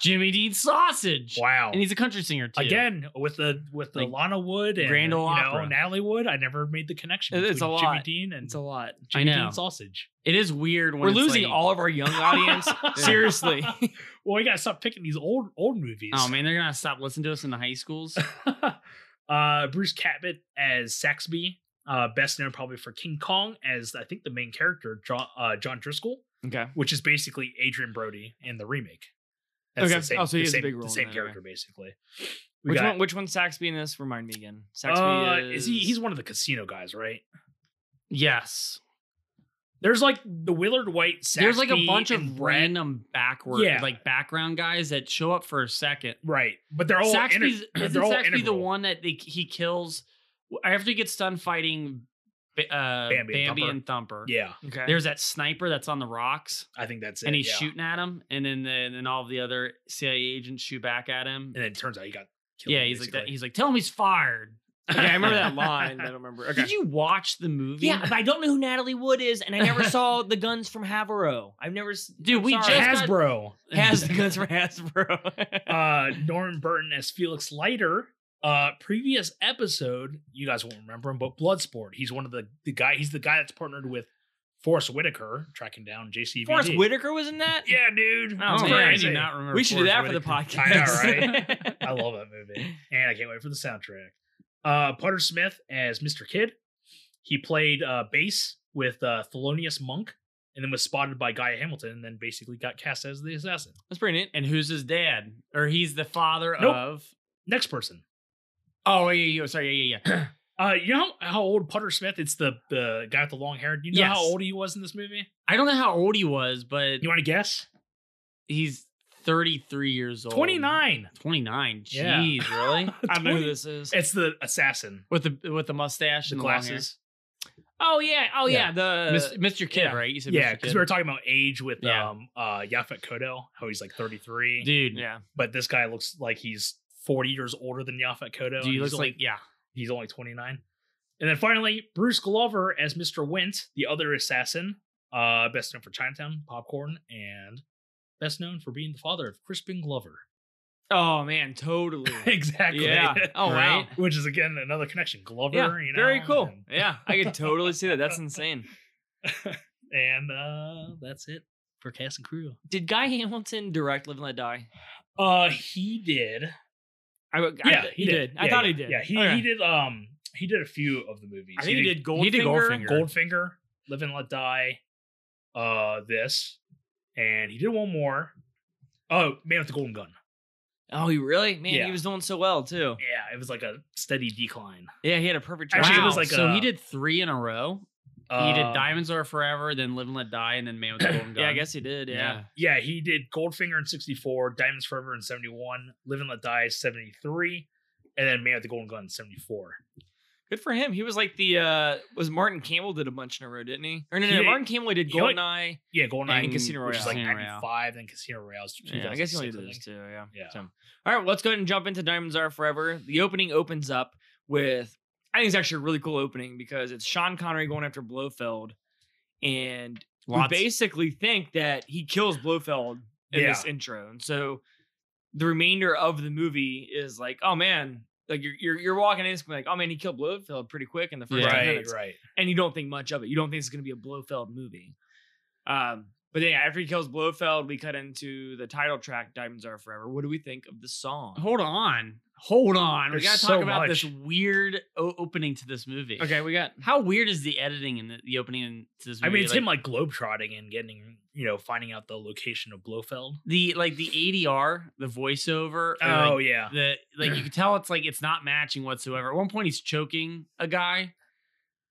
Speaker 2: "Jimmy Dean sausage,"
Speaker 3: wow.
Speaker 2: and he's a country singer too.
Speaker 3: Again, with the with the
Speaker 2: Like,
Speaker 3: Lana Wood and
Speaker 2: Grand Ole
Speaker 3: you know,
Speaker 2: Opry.
Speaker 3: Natalie Wood, I never made the connection
Speaker 1: It-
Speaker 3: between
Speaker 1: it's a
Speaker 3: Jimmy
Speaker 1: lot.
Speaker 3: Dean and
Speaker 1: it's a lot.
Speaker 3: Jimmy
Speaker 2: I know.
Speaker 3: Dean sausage.
Speaker 2: it is weird. When
Speaker 1: We're
Speaker 2: it's
Speaker 1: losing
Speaker 2: like-
Speaker 1: all of our young audience. Seriously.
Speaker 3: well, we gotta stop picking these old old movies.
Speaker 2: Oh man, they're gonna stop listening to us in the high schools.
Speaker 3: uh, Bruce Cabot as Saxby, uh, best known probably for King Kong as I think the main character John uh, John Driscoll,
Speaker 1: okay.
Speaker 3: which is basically Adrian Brody in the remake. That's
Speaker 1: Okay.
Speaker 3: the same,
Speaker 1: Oh, so he
Speaker 3: the
Speaker 1: has a
Speaker 3: same,
Speaker 1: big role
Speaker 3: the
Speaker 1: in
Speaker 3: same
Speaker 1: that, okay.
Speaker 3: character basically. We
Speaker 1: Which
Speaker 3: got-
Speaker 1: one? Which one's Saxby in this? Remind me again. Saxby
Speaker 3: uh,
Speaker 1: is,
Speaker 3: is he? He's one of the casino guys, right?
Speaker 2: yes,
Speaker 3: There's like the Willard White. Saxby
Speaker 2: there's like a bunch
Speaker 3: and
Speaker 2: of
Speaker 3: Brett-
Speaker 2: random backward,
Speaker 3: Yeah.
Speaker 2: like background guys that show up for a second.
Speaker 3: right? But they're all Oh, inter-
Speaker 2: Saxby's
Speaker 3: they're
Speaker 2: isn't
Speaker 3: all
Speaker 2: Saxby the
Speaker 3: integral.
Speaker 2: one that they, he kills after he gets done fighting Ba- uh,
Speaker 3: Bambi
Speaker 2: Bambi,
Speaker 3: and Thumper.
Speaker 2: and Thumper?
Speaker 3: Yeah,
Speaker 1: okay.
Speaker 2: There's that sniper that's on the rocks,
Speaker 3: I think that's it.
Speaker 2: and he's
Speaker 3: yeah.
Speaker 2: shooting at him, and then the, and then all of the other CIA agents shoot back at him.
Speaker 3: and then it turns out he got killed.
Speaker 2: yeah, he's like that.
Speaker 3: basically.
Speaker 2: He's like, tell him he's fired.
Speaker 1: okay, I remember that line. but I don't remember. Okay.
Speaker 2: Did you watch the movie?
Speaker 1: Yeah, but I don't know who Natalie Wood is, and I never saw the guns from Havaro. I've never. s-
Speaker 2: Dude,
Speaker 1: I'm
Speaker 2: we
Speaker 1: sorry.
Speaker 2: just got-
Speaker 3: Hasbro.
Speaker 1: has the guns from Hasbro.
Speaker 3: uh Norman Burton as Felix Leiter. Uh previous episode, you guys won't remember him, but Bloodsport. He's one of the the guy, he's the guy that's partnered with Forrest Whitaker, tracking down JCVD.
Speaker 1: Forrest Whitaker was in that.
Speaker 3: Yeah, dude.
Speaker 1: Oh,
Speaker 3: It's
Speaker 1: man,
Speaker 2: I
Speaker 3: crazy.
Speaker 2: do not remember.
Speaker 1: we should do
Speaker 2: Forrest
Speaker 1: that for the
Speaker 2: Whitaker.
Speaker 1: podcast.
Speaker 3: I know, I love that movie. And I can't wait for the soundtrack. Uh Potter Smith as Mr. Kid. He played uh bass with uh Thelonious Monk and then was spotted by Guy Hamilton and then basically got cast as the assassin.
Speaker 1: That's pretty neat.
Speaker 2: And who's his dad? Or he's the father
Speaker 3: Nope.
Speaker 2: of?
Speaker 3: Next person.
Speaker 2: Oh yeah, yeah. Sorry, yeah, yeah, yeah.
Speaker 3: Uh, you know how, how old Putter Smith? It's the the guy with the long hair. Do you know
Speaker 2: Yes.
Speaker 3: how old he was in this movie?
Speaker 2: I don't know how old he was, but
Speaker 3: You want to guess?
Speaker 2: he's 33 years old.
Speaker 3: Twenty nine.
Speaker 2: 29.
Speaker 3: Yeah.
Speaker 2: Jeez, really?
Speaker 1: I don't know who this is.
Speaker 3: It's the assassin.
Speaker 2: With the with the mustache
Speaker 3: The
Speaker 2: and the
Speaker 3: glasses.
Speaker 1: Oh yeah. Oh yeah.
Speaker 3: Yeah.
Speaker 1: The
Speaker 2: Long hair. Mis- Mr. Kid,
Speaker 1: yeah.
Speaker 2: right? You said
Speaker 3: yeah,
Speaker 2: Mr.
Speaker 3: because
Speaker 2: Kid.
Speaker 3: we were talking about age with
Speaker 2: Yeah.
Speaker 3: um uh Yaphet Kotto, how he's like thirty three,
Speaker 2: Dude,
Speaker 1: yeah.
Speaker 3: but this guy looks like he's forty years older than Yaphet Kotto.
Speaker 2: dude,
Speaker 3: and
Speaker 2: he
Speaker 3: he's
Speaker 2: looks
Speaker 3: only-
Speaker 2: like yeah.
Speaker 3: he's only twenty nine. And then finally, Bruce Glover as Mr. Wint, the other assassin, uh, best known for Chinatown, Popcorn, and best known for being the father of Crispin Glover.
Speaker 1: Oh man, totally.
Speaker 3: exactly.
Speaker 1: Yeah. Oh wow.
Speaker 2: Right?
Speaker 3: Which is again another connection. Glover,
Speaker 1: Yeah,
Speaker 3: you know.
Speaker 1: very cool.
Speaker 3: and-
Speaker 1: Yeah, I could totally see that. That's insane.
Speaker 3: And uh that's it for cast and crew.
Speaker 1: Did Guy Hamilton direct Live and Let Die?
Speaker 3: Uh he did.
Speaker 1: I, I-
Speaker 3: Yeah,
Speaker 1: he did. I
Speaker 3: Yeah,
Speaker 1: thought he
Speaker 3: yeah.
Speaker 1: did.
Speaker 3: Yeah, he,
Speaker 1: Okay.
Speaker 3: he did um he did a few of the movies.
Speaker 1: I think he did Goldfinger.
Speaker 2: he did Goldfinger.
Speaker 3: Goldfinger, Live and Let Die, uh this, and he did one more. Oh, Man with the Golden Gun.
Speaker 1: Oh, he really? Man,
Speaker 3: Yeah.
Speaker 1: he was doing so well too.
Speaker 3: Yeah, it was like a steady decline.
Speaker 1: Yeah, he had a perfect.
Speaker 3: Actually, it
Speaker 1: trial.
Speaker 3: was like
Speaker 2: so
Speaker 3: a-
Speaker 2: he did three in a row. he
Speaker 3: Uh,
Speaker 2: did Diamonds Are Forever, then Live and Let Die, and then Man with the Golden Gun.
Speaker 1: Yeah, I guess he did. Yeah.
Speaker 3: Yeah, he did Goldfinger in 64, Diamonds Forever in 71, Live and Let Die in 73, and then Man with the Golden Gun in 74.
Speaker 1: Good for him. He was like the uh was Martin Campbell did a bunch in a row, didn't he? Or no, no,
Speaker 3: He
Speaker 1: no,
Speaker 3: did-
Speaker 1: Martin Campbell did
Speaker 3: he only-
Speaker 1: Goldeneye.
Speaker 3: Yeah, Goldeneye
Speaker 1: And Casino
Speaker 3: which is like
Speaker 2: Royale. Casino
Speaker 3: 95, then Casino Royale is
Speaker 1: Yeah, I guess he only
Speaker 3: 2006,
Speaker 1: did
Speaker 3: I
Speaker 1: those
Speaker 3: think.
Speaker 1: two. Yeah.
Speaker 3: Yeah.
Speaker 1: So, all right, well, let's go ahead and jump into Diamonds Are Forever. The opening opens up with I think it's actually a really cool opening because it's Sean Connery going after Blofeld, and
Speaker 2: Lots.
Speaker 1: we basically think that he kills Blofeld in
Speaker 3: Yeah.
Speaker 1: this intro, and so the remainder of the movie is like, oh man. Like you're, you're you're walking in, it's gonna be like, oh man, he killed Blofeld pretty quick in the first
Speaker 2: Yeah.
Speaker 1: ten
Speaker 3: Right,
Speaker 1: minutes.
Speaker 3: right.
Speaker 1: and you don't think much of it. You don't think it's going to be a Blofeld movie. Um, but yeah, after he kills Blofeld, we cut into the title track, "Diamonds Are Forever." What do we think of the song?
Speaker 2: Hold on. Hold on.
Speaker 3: There's
Speaker 2: we got to talk
Speaker 3: so
Speaker 2: about this
Speaker 3: much.
Speaker 2: weird o- opening to this movie.
Speaker 1: Okay, we got.
Speaker 2: How weird is the editing in the, the opening in- to this
Speaker 3: I
Speaker 2: movie?
Speaker 3: mean, it's
Speaker 2: like,
Speaker 3: him like globetrotting and getting, you know, finding out the location of Blofeld.
Speaker 2: the like the ADR, the voiceover. or,
Speaker 3: Oh,
Speaker 2: like,
Speaker 3: yeah.
Speaker 2: The like you can tell it's like it's not matching whatsoever. At one point, he's choking a guy,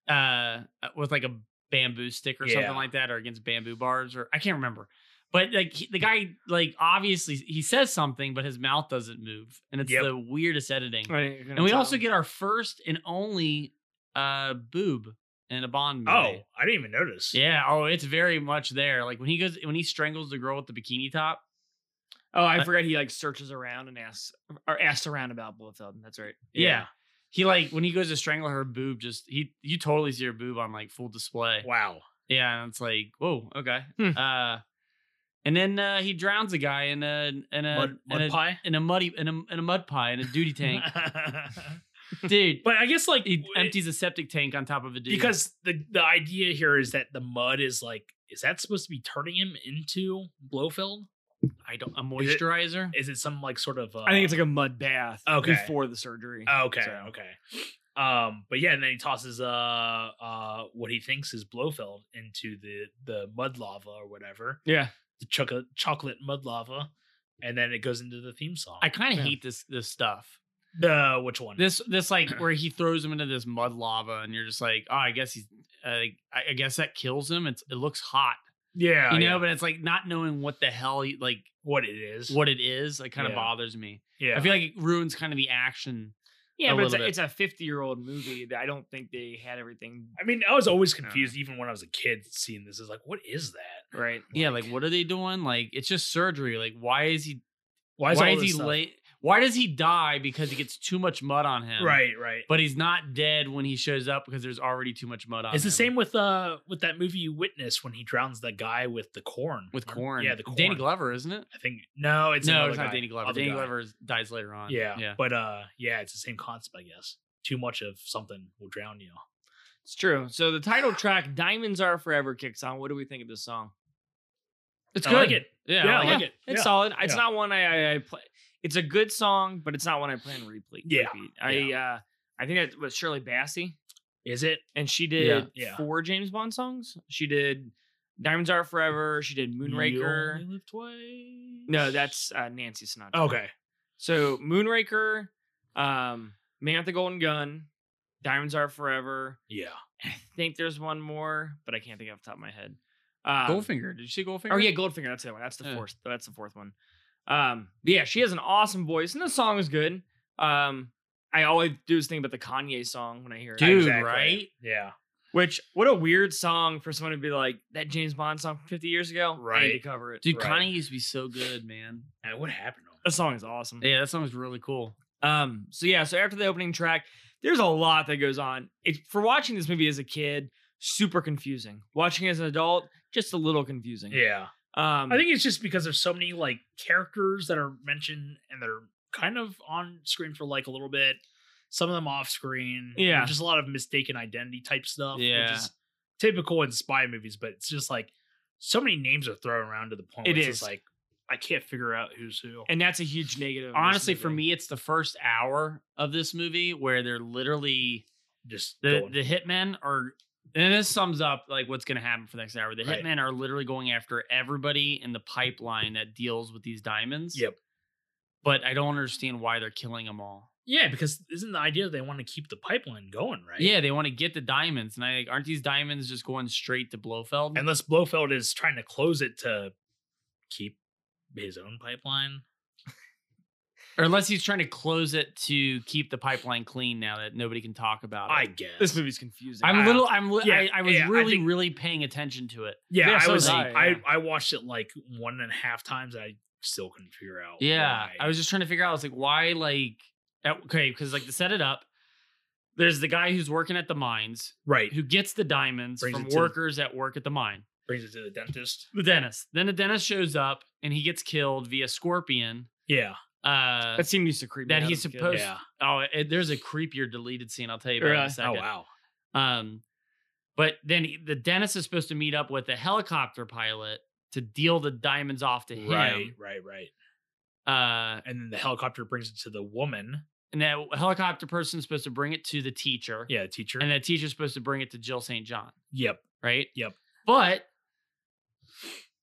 Speaker 2: uh, with like a bamboo stick or
Speaker 3: Yeah.
Speaker 2: something like that, or against bamboo bars, or I can't remember. But like he, the guy, like obviously he says something, but his mouth doesn't move, and it's
Speaker 3: Yep.
Speaker 2: the weirdest editing.
Speaker 1: And
Speaker 2: And we also get our first and only uh boob in a Bond movie.
Speaker 3: Oh, I didn't even notice.
Speaker 2: Yeah, oh, it's very much there. Like when he goes when he strangles the girl with the bikini top.
Speaker 1: Oh, I forgot he like searches around and asks or asks around about Blofeld. That's right.
Speaker 2: Yeah. He like when he goes to strangle her boob just he you totally see her boob on like full display.
Speaker 3: Wow.
Speaker 2: Yeah, and it's like, "Whoa, okay."
Speaker 1: Hmm.
Speaker 2: Uh and then uh, he drowns a guy in a in a,
Speaker 3: Mud,
Speaker 2: in,
Speaker 3: mud
Speaker 2: a
Speaker 3: pie?
Speaker 2: in a muddy in a in a mud pie in a duty tank, dude.
Speaker 3: but I guess like
Speaker 2: He
Speaker 3: w- eh,
Speaker 2: empties a septic tank on top of a dude
Speaker 3: because the the idea here is that the mud is like is that supposed to be turning him into Blofeld?
Speaker 2: I don't a
Speaker 3: Is it-
Speaker 2: moisturizer.
Speaker 3: Is it some like sort of? Uh,
Speaker 1: I think it's like a mud bath
Speaker 3: Okay. Uh,
Speaker 1: before the surgery.
Speaker 3: Oh, okay,
Speaker 1: so.
Speaker 3: okay. Um, but yeah, and then he tosses uh uh what he thinks is Blofeld into the the mud lava or whatever,
Speaker 1: Yeah.
Speaker 3: the chocolate chocolate mud lava, and then it goes into the theme song.
Speaker 2: I kind of
Speaker 1: Yeah.
Speaker 2: hate this this stuff.
Speaker 3: the which one?
Speaker 2: This this like where he throws him into this mud lava, and you're just like, oh, I guess he's, uh, like, I, I guess that kills him. It's it looks hot,
Speaker 3: yeah,
Speaker 2: you know,
Speaker 3: yeah.
Speaker 2: but it's like not knowing what the hell he, like
Speaker 3: what it is?
Speaker 2: what it is. It kind of
Speaker 3: Yeah.
Speaker 2: bothers me.
Speaker 3: Yeah,
Speaker 2: I feel like it ruins kind of the action.
Speaker 1: Yeah,
Speaker 2: A
Speaker 1: but it's
Speaker 2: little
Speaker 1: a,
Speaker 2: bit.
Speaker 1: it's a 50 year old movie that I don't think they had everything
Speaker 3: I mean, I was always
Speaker 1: don't know.
Speaker 3: confused even when I was a kid seeing this. Is like, what is that?
Speaker 1: right.
Speaker 2: yeah, like what are they doing? Like it's just surgery. Like why is he?
Speaker 3: Why is,
Speaker 2: why
Speaker 3: all
Speaker 2: is
Speaker 3: this
Speaker 2: he
Speaker 3: stuff-
Speaker 2: late? Why does he die because he gets too much mud on him?
Speaker 3: Right, right.
Speaker 2: But he's not dead when he shows up because there's already too much mud on
Speaker 3: It's
Speaker 2: him.
Speaker 3: the same with uh with that movie you witness when he drowns the guy with the corn.
Speaker 2: with
Speaker 3: Or-
Speaker 2: corn.
Speaker 3: Yeah, the corn.
Speaker 2: Danny Glover, isn't it?
Speaker 3: I think no, it's
Speaker 2: no,
Speaker 3: another
Speaker 2: it's not
Speaker 3: guy.
Speaker 2: Danny Glover.
Speaker 3: Other
Speaker 2: Danny
Speaker 3: guy.
Speaker 2: Glover is- dies later on.
Speaker 3: Yeah,
Speaker 2: yeah.
Speaker 3: But uh, yeah, it's the same concept, I guess. Too much of something will drown you.
Speaker 1: It's true. So the title track "Diamonds Are Forever" kicks on. What do we think of this song?
Speaker 2: It's
Speaker 3: I
Speaker 2: good.
Speaker 3: like it.
Speaker 2: Yeah,
Speaker 3: Yeah,
Speaker 2: I like
Speaker 3: yeah.
Speaker 2: it.
Speaker 3: it.
Speaker 1: It's
Speaker 3: Yeah.
Speaker 1: solid. It's
Speaker 3: Yeah.
Speaker 1: not one I, I, I play. It's a good song, but it's not one I plan to repeat.
Speaker 3: Yeah.
Speaker 1: repeat. I
Speaker 3: Yeah.
Speaker 1: uh, I think that was Shirley Bassey,
Speaker 3: Is it?
Speaker 1: and she
Speaker 2: Yeah.
Speaker 1: did
Speaker 3: Yeah.
Speaker 1: four James Bond songs. She did "Diamonds Are Forever." She did
Speaker 3: You
Speaker 1: "Moonraker."
Speaker 3: only live twice.
Speaker 1: No, that's uh, Nancy Sinatra.
Speaker 3: okay.
Speaker 1: So "Moonraker," um, "Man with the Golden Gun," "Diamonds Are Forever."
Speaker 3: Yeah.
Speaker 1: I think there's one more, but I can't think off the top of my head. Um,
Speaker 2: Goldfinger. Did you Uh. see Goldfinger?
Speaker 1: Oh yeah, Goldfinger. That's the other one. That's the
Speaker 2: Yeah.
Speaker 1: fourth. That's the fourth one. Um, but yeah, she has an awesome voice, and the song is good. Um, I always do this thing about the Kanye song when I hear it,
Speaker 2: Dude, right?
Speaker 3: Yeah.
Speaker 1: which what a weird song for someone to be like that James Bond song from 50 years ago. I need to
Speaker 3: Right.
Speaker 1: cover it.
Speaker 2: Dude,
Speaker 3: Right.
Speaker 2: Kanye used to be so good, man.
Speaker 3: And Uh, what happened? to him?
Speaker 1: That song is awesome.
Speaker 2: Yeah, that song was really cool.
Speaker 1: Um, so yeah, so after the opening track, there's a lot that goes on. It's for watching this movie as a kid, super confusing. Watching it as an adult, just a little confusing.
Speaker 3: Yeah.
Speaker 1: Um,
Speaker 3: I think it's just because there's so many like characters that are mentioned and they're kind of on screen for like a little bit, some of them off screen. There's
Speaker 1: Yeah.
Speaker 3: Just a lot of mistaken identity type stuff.
Speaker 2: Yeah.
Speaker 3: Which is typical in spy movies, but it's just like so many names are thrown around to the point
Speaker 1: It
Speaker 3: where it's
Speaker 1: is.
Speaker 3: just like I can't figure out who's who.
Speaker 1: and that's a huge negative. of this
Speaker 2: Honestly, for
Speaker 1: movie.
Speaker 2: me, it's the first hour of this movie where they're literally
Speaker 3: just
Speaker 2: the,
Speaker 3: going.
Speaker 2: the hitmen are and this sums up like what's going to happen for the next hour the
Speaker 3: Right.
Speaker 2: hitmen are literally going after everybody in the pipeline that deals with these diamonds
Speaker 3: Yep.
Speaker 2: but i don't understand why they're killing them all
Speaker 3: Yeah, because isn't the idea they want to keep the pipeline going, right?
Speaker 2: yeah they want to get the diamonds and i like, aren't these diamonds just going straight to blofeld
Speaker 3: Unless Blofeld is trying to close it to keep his own pipeline.
Speaker 2: or unless he's trying to close it to keep the pipeline clean now that nobody can talk about it
Speaker 3: I guess.
Speaker 1: this movie's confusing.
Speaker 2: i'm
Speaker 3: I-
Speaker 2: a little i'm li-
Speaker 3: yeah,
Speaker 2: I, I was
Speaker 3: yeah, I
Speaker 2: really
Speaker 3: think-
Speaker 2: really paying attention to it
Speaker 3: Yeah,
Speaker 1: Yeah,
Speaker 3: I
Speaker 1: so
Speaker 3: was.
Speaker 1: did
Speaker 3: I,
Speaker 1: I, yeah.
Speaker 3: I watched it like one and a half times. I still couldn't figure out.
Speaker 2: Yeah,
Speaker 3: why.
Speaker 2: I was just trying to figure out. I was like, why? Like, at- okay, because like to set it up, there's the guy who's working at the mines
Speaker 3: right.
Speaker 2: who gets the diamonds
Speaker 3: Brings
Speaker 2: from
Speaker 3: it to the-
Speaker 2: workers that work at the mine.
Speaker 3: Brings it to the dentist.
Speaker 2: The dentist. Then the dentist shows up and he gets killed via scorpion.
Speaker 3: Yeah,
Speaker 2: Uh,
Speaker 1: that seemed used to creep. me
Speaker 2: that
Speaker 1: out
Speaker 2: he's
Speaker 1: as a kid.
Speaker 2: supposed- Post-
Speaker 3: yeah.
Speaker 2: oh, it, there's a creepier deleted scene. I'll tell you about it in
Speaker 1: Really?
Speaker 2: a
Speaker 1: Oh,
Speaker 2: second.
Speaker 3: Oh wow.
Speaker 2: Um, but then he- the dentist is supposed to meet up with a helicopter pilot to deal the diamonds off to him.
Speaker 3: Right, right, right.
Speaker 2: Uh,
Speaker 3: And then the helicopter brings it to the woman.
Speaker 2: and that helicopter person's supposed to bring it to the teacher.
Speaker 3: Yeah, teacher.
Speaker 2: and that teacher's supposed to bring it to Jill St. John,
Speaker 3: yep.
Speaker 2: right?
Speaker 3: Yep.
Speaker 2: But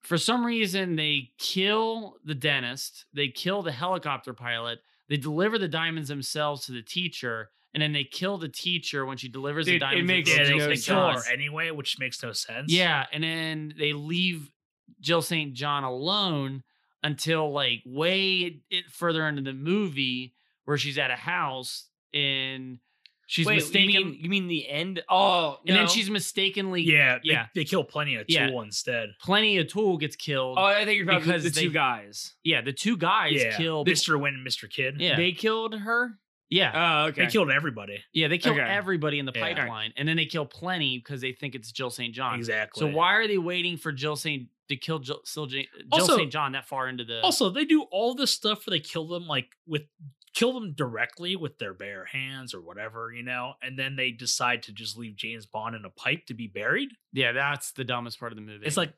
Speaker 2: for some reason, they kill the dentist, they kill the helicopter pilot, they deliver the diamonds themselves to the teacher, and then they kill the teacher when she delivers the
Speaker 1: Dude, it
Speaker 2: diamonds. to
Speaker 1: makes
Speaker 3: Yeah,
Speaker 2: Jill
Speaker 3: they,
Speaker 1: no
Speaker 3: they
Speaker 2: St.
Speaker 3: kill her
Speaker 2: John.
Speaker 3: anyway, which makes no sense.
Speaker 2: Yeah, and then they leave Jill St. John alone until like way it, further into the movie where she's at a house and she's
Speaker 1: Wait,
Speaker 2: mistaken.
Speaker 1: You mean, you mean the end? Oh,
Speaker 2: and then
Speaker 1: no.
Speaker 2: she's mistakenly
Speaker 3: Yeah, they,
Speaker 2: Yeah.
Speaker 3: They kill plenty of tool
Speaker 2: Yeah.
Speaker 3: instead.
Speaker 2: plenty of tool gets killed.
Speaker 1: Oh, I think you're talking about
Speaker 2: Because
Speaker 1: the
Speaker 2: they-
Speaker 1: two guys.
Speaker 2: yeah, the two guys
Speaker 3: yeah,
Speaker 2: kill.
Speaker 3: Mr. Win, Mr. Kid.
Speaker 2: Yeah,
Speaker 1: They killed her.
Speaker 2: yeah,
Speaker 1: Oh, okay.
Speaker 3: They killed everybody.
Speaker 2: yeah. They kill
Speaker 1: okay.
Speaker 2: everybody in the
Speaker 3: Yeah.
Speaker 2: pipeline, and then they kill plenty because they think it's Jill St. John.
Speaker 3: Exactly.
Speaker 2: So why are they waiting for Jill St. to kill Jill, Jill, Jill
Speaker 3: Also-
Speaker 2: St. John that far into the?
Speaker 3: Also, they do all this stuff where they kill them like with kill them directly with their bare hands or whatever, you know, and then they decide to just leave James Bond in a pipe to be buried.
Speaker 2: yeah, that's the dumbest part of the movie.
Speaker 3: It's like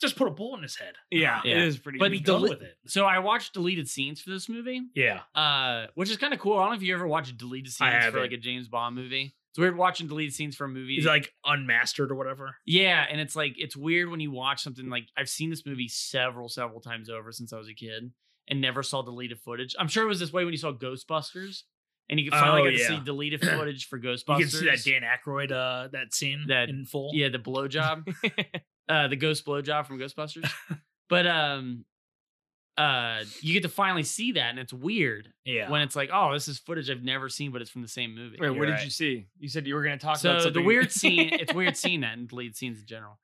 Speaker 3: just put a bullet in his head.
Speaker 1: Yeah,
Speaker 2: Yeah.
Speaker 1: it is pretty.
Speaker 2: But
Speaker 3: be
Speaker 1: good.
Speaker 2: the-
Speaker 3: done
Speaker 2: deli-
Speaker 3: with it.
Speaker 2: so. I watched deleted scenes for this movie,
Speaker 3: Yeah.
Speaker 2: uh, which is kind of cool. I don't know if you ever watched deleted scenes for
Speaker 3: haven't.
Speaker 2: like a James Bond movie. It's weird watching deleted scenes for a movie.
Speaker 3: He's like unmastered or whatever.
Speaker 2: Yeah, and it's like it's weird when you watch something like I've seen this movie several, several times over since I was a kid and never saw deleted footage. I'm sure it was this way when you saw Ghostbusters and you could finally
Speaker 3: Oh,
Speaker 2: get
Speaker 3: yeah.
Speaker 2: to see deleted footage for Ghostbusters.
Speaker 3: You can see that Dan Aykroyd uh that scene
Speaker 2: That-
Speaker 3: in full.
Speaker 2: Yeah, the blowjob. uh the ghost blowjob from Ghostbusters. but um uh you get to finally see that and it's weird
Speaker 3: Yeah.
Speaker 2: when it's like, oh, this is footage I've never seen, but it's from the same movie.
Speaker 1: Wait, what
Speaker 3: You're
Speaker 1: did
Speaker 3: right.
Speaker 1: you see? You said you were going to talk about
Speaker 2: so the
Speaker 1: something-
Speaker 2: weird scene it's weird seeing that in deleted scenes in general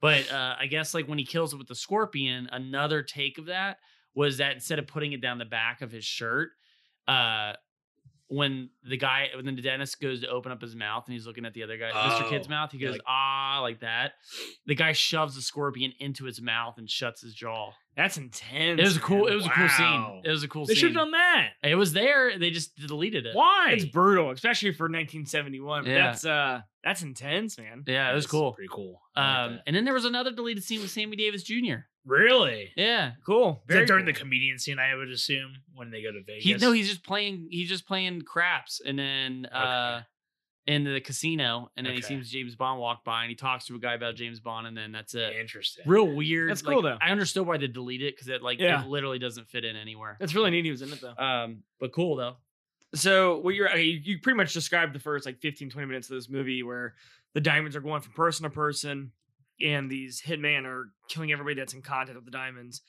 Speaker 2: but uh, i guess like when he kills it with the scorpion another take of that was that instead of putting it down the back of his shirt uh when the guy when the dentist goes to open up his mouth and he's looking at the other guy mr kid's
Speaker 3: Oh,
Speaker 2: mouth he
Speaker 3: yeah,
Speaker 2: goes
Speaker 3: like-
Speaker 2: ah like that the guy shoves the scorpion into his mouth and shuts his jaw
Speaker 1: That's intense.
Speaker 2: it was a cool
Speaker 1: man.
Speaker 2: it was a cool
Speaker 3: Wow.
Speaker 2: scene it was a cool
Speaker 3: they should
Speaker 2: scene
Speaker 3: have done that.
Speaker 2: it was there they just deleted it
Speaker 3: Why?
Speaker 1: It's brutal, especially for 1971.
Speaker 2: Yeah.
Speaker 1: That's uh, that's intense, man.
Speaker 2: yeah it was
Speaker 3: That's
Speaker 2: cool
Speaker 3: Pretty cool. I like
Speaker 2: um
Speaker 3: that.
Speaker 2: and then there was another deleted scene with sammy davis jr
Speaker 3: really?
Speaker 2: Yeah.
Speaker 1: Cool.
Speaker 3: Is that during the
Speaker 1: cool.
Speaker 3: comedian scene, I would assume, when they go to Vegas.
Speaker 2: He no, he's just playing he's just playing craps and then uh in the casino and then he
Speaker 3: Okay.
Speaker 2: sees James Bond walk by and he talks to a guy about James Bond and then that's it.
Speaker 3: interesting.
Speaker 2: Real weird.
Speaker 1: That's
Speaker 2: like,
Speaker 1: cool, though.
Speaker 2: I understood why they deleted it because it like
Speaker 1: Yeah.
Speaker 2: it literally doesn't fit in anywhere.
Speaker 1: That's really neat. He was in it though.
Speaker 2: Um but cool though.
Speaker 1: So what you're okay, you you pretty much described the first like 15, 20 minutes of this movie where the diamonds are going from person to person, and these hitmen are killing everybody that's in contact with the diamonds.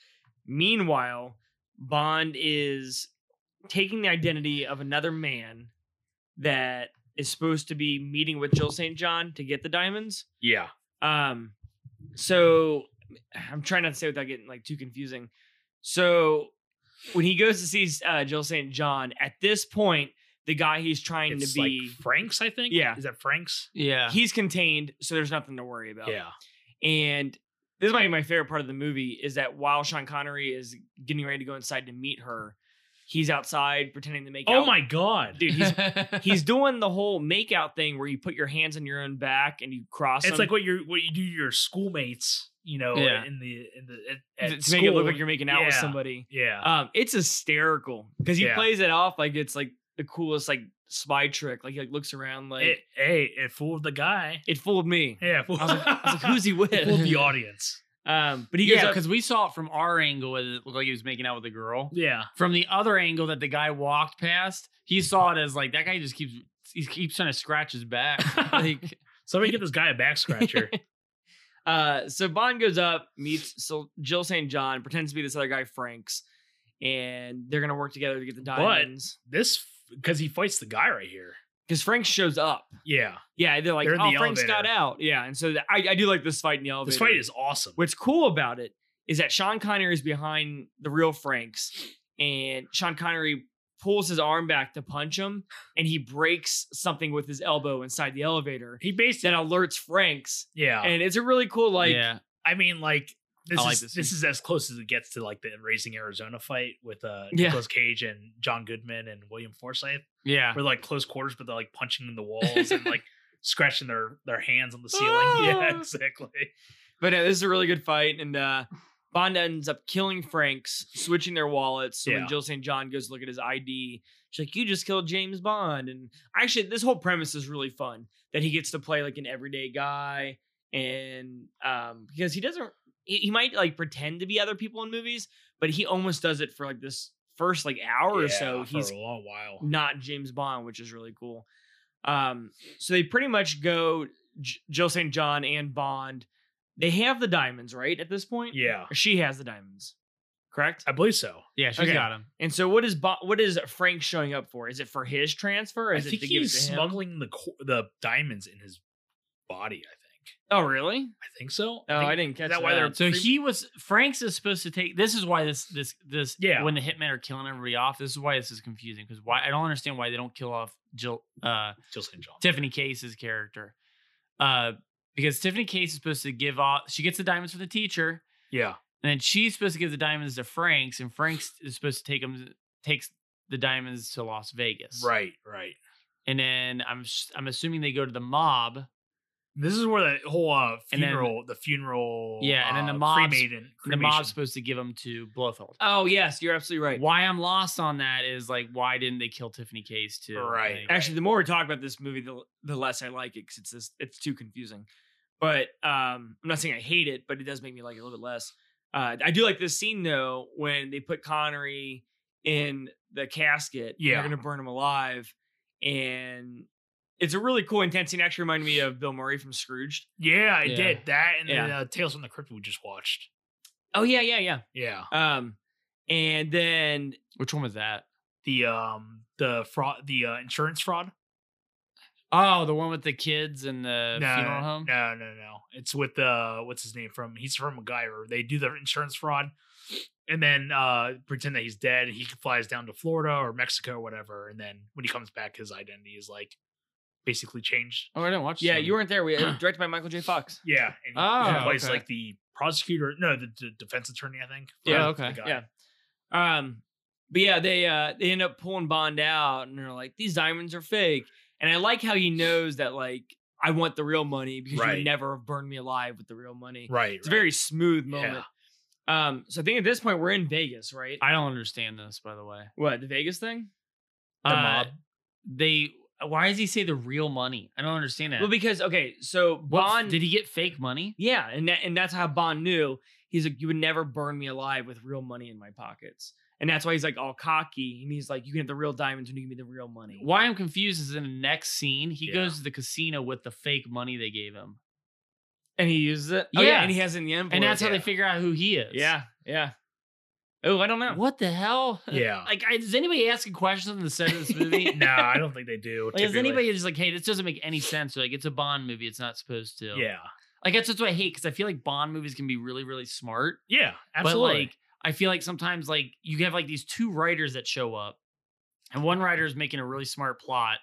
Speaker 1: Meanwhile, Bond is taking the identity of another man that is supposed to be meeting with Jill St. John to get the diamonds.
Speaker 3: Yeah.
Speaker 1: Um, so I'm trying not to say without getting like too confusing. So when he goes to see uh, Jill St. John, at this point, the guy he's trying
Speaker 3: It's
Speaker 1: to be.
Speaker 3: like Frank's, I think.
Speaker 1: Yeah.
Speaker 3: Is that Frank's? Oh,
Speaker 2: Yeah.
Speaker 1: he's contained, so there's nothing to worry about. And this might be my favorite part of the movie is that while Sean Connery is getting ready to go inside to meet her, he's outside pretending to make out.
Speaker 3: Oh my god.
Speaker 1: dude, he's he's doing the whole make out thing where you put your hands on your own back and you cross.
Speaker 3: it's
Speaker 1: them
Speaker 3: like what you what you do to your schoolmates, you know,
Speaker 2: Yeah.
Speaker 3: in the in the at,
Speaker 1: to
Speaker 3: at
Speaker 1: to make it look
Speaker 3: school.
Speaker 1: like you're making out with
Speaker 3: Yeah.
Speaker 1: somebody.
Speaker 3: yeah.
Speaker 1: Um, it's hysterical because he
Speaker 3: Yeah.
Speaker 1: plays it off like it's like the coolest like spy trick. Like he like, looks around like
Speaker 3: it,
Speaker 1: it,
Speaker 3: hey, it fooled the guy.
Speaker 1: fooled me.
Speaker 3: Yeah, it fooled,
Speaker 1: I was like, I was like, who's he
Speaker 3: it fooled
Speaker 1: with?
Speaker 3: the audience.
Speaker 1: Um, but he goes
Speaker 2: yeah,
Speaker 1: up-
Speaker 2: because we saw it from our angle. It looked like he was making out with a girl.
Speaker 3: Yeah,
Speaker 2: From the other angle that the guy walked past, he saw it as like that guy just keeps he keeps trying to scratch his back. like
Speaker 3: somebody get this guy a back scratcher.
Speaker 1: Uh, so Bond goes up, meets Sil- Jill St. John, pretends to be this other guy, Franks, and they're gonna work together to get the diamonds.
Speaker 3: this because he fights the guy right here.
Speaker 1: Because Franks shows up.
Speaker 3: Yeah,
Speaker 1: Yeah, they're like,
Speaker 3: They're in
Speaker 1: oh,
Speaker 3: the
Speaker 1: Franks got
Speaker 3: elevator."
Speaker 1: out. Yeah, and so th- I, I do like this fight in the elevator.
Speaker 3: this fight is awesome.
Speaker 1: What's cool about it is that Sean Connery is behind the real Franks, and Sean Connery pulls his arm back to punch him, and he breaks something with his elbow inside the elevator
Speaker 3: he based
Speaker 1: that
Speaker 3: it.
Speaker 1: alerts Franks,
Speaker 3: Yeah,
Speaker 1: and it's a really cool like.
Speaker 2: yeah,
Speaker 3: I mean, like this
Speaker 2: I like
Speaker 3: is
Speaker 2: this
Speaker 3: this,
Speaker 2: scene.
Speaker 3: is as close as it gets to like the Raising Arizona fight with uh
Speaker 1: Yeah.
Speaker 3: Nicolas Cage and John Goodman and William Forsythe.
Speaker 2: yeah.
Speaker 3: We're like close quarters, but they're like punching in the walls and like scratching their their hands on the ceiling.
Speaker 1: Ah.
Speaker 3: Yeah, exactly.
Speaker 1: But uh, this is a really good fight, and uh, Bond ends up killing Franks, switching their wallets. So
Speaker 3: Yeah.
Speaker 1: when Jill St. John goes to look at his ID, she's like, "You just killed James Bond." And actually, this whole premise is really fun that he gets to play like an everyday guy, and um, because he doesn't, he, he might like pretend to be other people in movies, but he almost does it for like this first like hour or so.
Speaker 3: Yeah, for
Speaker 1: He's
Speaker 3: a long while.
Speaker 1: not James Bond, which is really cool. Um, so they pretty much go J- Jill St. John and Bond. They have the diamonds, right? At this point,
Speaker 3: Yeah,
Speaker 1: Or she has the diamonds, correct?
Speaker 3: I believe so.
Speaker 2: Yeah, she's
Speaker 1: Okay.
Speaker 2: got him.
Speaker 1: And so, what is Bo- what is Frank showing up for? Is it for his transfer? Or
Speaker 3: I
Speaker 1: is
Speaker 3: think
Speaker 1: it to give it
Speaker 3: he's
Speaker 1: to him?
Speaker 3: smuggling the co- the diamonds in his body. I think.
Speaker 1: oh, really?
Speaker 3: I think so.
Speaker 1: Oh, I,
Speaker 3: think-
Speaker 1: didn't catch
Speaker 3: that why they're-
Speaker 2: So
Speaker 3: Pre-
Speaker 2: he was Frank's is supposed to take. This is why this this this
Speaker 3: Yeah.
Speaker 2: When the hitmen are killing everybody off, this is why this is confusing because why I don't understand why they don't kill off Jill uh
Speaker 3: Jill St. John.
Speaker 2: Tiffany Case's character. Uh, because Tiffany Case is supposed to give off, she gets the diamonds from the teacher,
Speaker 3: Yeah,
Speaker 2: and then she's supposed to give the diamonds to Frank's, and Frank's is supposed to take them, takes the diamonds to Las Vegas.
Speaker 3: right, right.
Speaker 2: And then I'm s- I'm assuming they go to the mob.
Speaker 3: This is where the whole uh,
Speaker 2: And then-
Speaker 3: funeral, the funeral,
Speaker 2: Yeah, and then the
Speaker 3: uh,
Speaker 2: mob's-
Speaker 3: cremated,
Speaker 2: and The mob's
Speaker 3: cremation.
Speaker 2: supposed to give them to Blofeld.
Speaker 1: Oh, yes, you're absolutely right.
Speaker 2: Why I'm lost on that is like, why didn't they kill Tiffany Case too?
Speaker 3: Right.
Speaker 2: Like-
Speaker 1: Actually, the more we talk about this movie, the the less I like it because it's this, it's too confusing. But um, I'm not saying I hate it, but it does make me like it a little bit less. Uh, I do like this scene though when they put Connery in the casket. and
Speaker 3: Yeah.
Speaker 1: they're gonna burn him alive, and it's a really cool intense scene. Actually, reminded me of Bill Murray from Scrooged.
Speaker 3: Yeah, I
Speaker 2: Yeah.
Speaker 3: did that, and then
Speaker 1: Yeah.
Speaker 3: uh, Tales from the Crypt we just watched.
Speaker 1: Oh yeah, yeah, yeah.
Speaker 3: Yeah,
Speaker 1: Um, and then
Speaker 2: Which one was that?
Speaker 3: the um the fraud, the uh, insurance fraud.
Speaker 2: Oh, the one with the kids and the funeral home.
Speaker 3: No, no, no. It's with uh what's his name from? He's from MacGyver. They do the insurance fraud and then uh pretend that he's dead. He flies down to Florida or Mexico or whatever, and then when he comes back, his identity is like basically changed.
Speaker 2: Oh, I didn't watch. this
Speaker 1: yeah,
Speaker 2: one.
Speaker 1: you weren't there. We it was directed by Michael J. Fox.
Speaker 3: Yeah. And he,
Speaker 2: Oh,
Speaker 3: he plays
Speaker 2: okay.
Speaker 3: like the prosecutor, no, the, the defense attorney, I think. for
Speaker 2: Yeah,
Speaker 3: the
Speaker 2: okay.
Speaker 3: guy.
Speaker 1: Yeah. Um, but yeah, they uh they end up pulling Bond out and they're like, these diamonds are fake. And I like how he knows that like I want the real money because you
Speaker 3: Right.
Speaker 1: would never have burned me alive with the real money.
Speaker 3: Right.
Speaker 1: It's
Speaker 3: right.
Speaker 1: a very smooth moment. Um, so I think at this point we're in Vegas, right?
Speaker 2: I don't understand this, by the way.
Speaker 1: what the Vegas thing?
Speaker 3: The
Speaker 2: Uh,
Speaker 3: mob.
Speaker 2: They. Why does he say the real money? I don't understand that.
Speaker 1: Well, because okay, so
Speaker 2: What f-
Speaker 1: Bond,
Speaker 2: did he get fake money?
Speaker 1: yeah, and that, and that's how Bond knew he's like, you would never burn me alive with real money in my pockets, and that's why he's like all cocky and he's like, you can have the real diamonds when you give me the real money.
Speaker 2: Why I'm confused is in the next scene he
Speaker 3: Yeah.
Speaker 2: goes to the casino with the fake money they gave him,
Speaker 1: And he uses it.
Speaker 2: Oh, yeah,
Speaker 1: and he has it in the envelope.
Speaker 2: and that's how they
Speaker 3: yeah.
Speaker 2: figure out who he is.
Speaker 1: Yeah, yeah. Oh, I don't know.
Speaker 2: What the hell?
Speaker 3: Yeah.
Speaker 2: Like, I, is anybody asking questions on the set of this movie?
Speaker 3: no, I don't think they do.
Speaker 2: Like, is
Speaker 3: typically.
Speaker 2: anybody just like, hey, this doesn't make any sense? Or, like, it's a Bond movie. It's not supposed to.
Speaker 3: Yeah.
Speaker 2: Like, that's that's what I hate because I feel like Bond movies can be really, really smart.
Speaker 3: Yeah. Absolutely.
Speaker 2: But like, I feel like sometimes like you have like these two writers that show up, and one writer is making a really smart plot.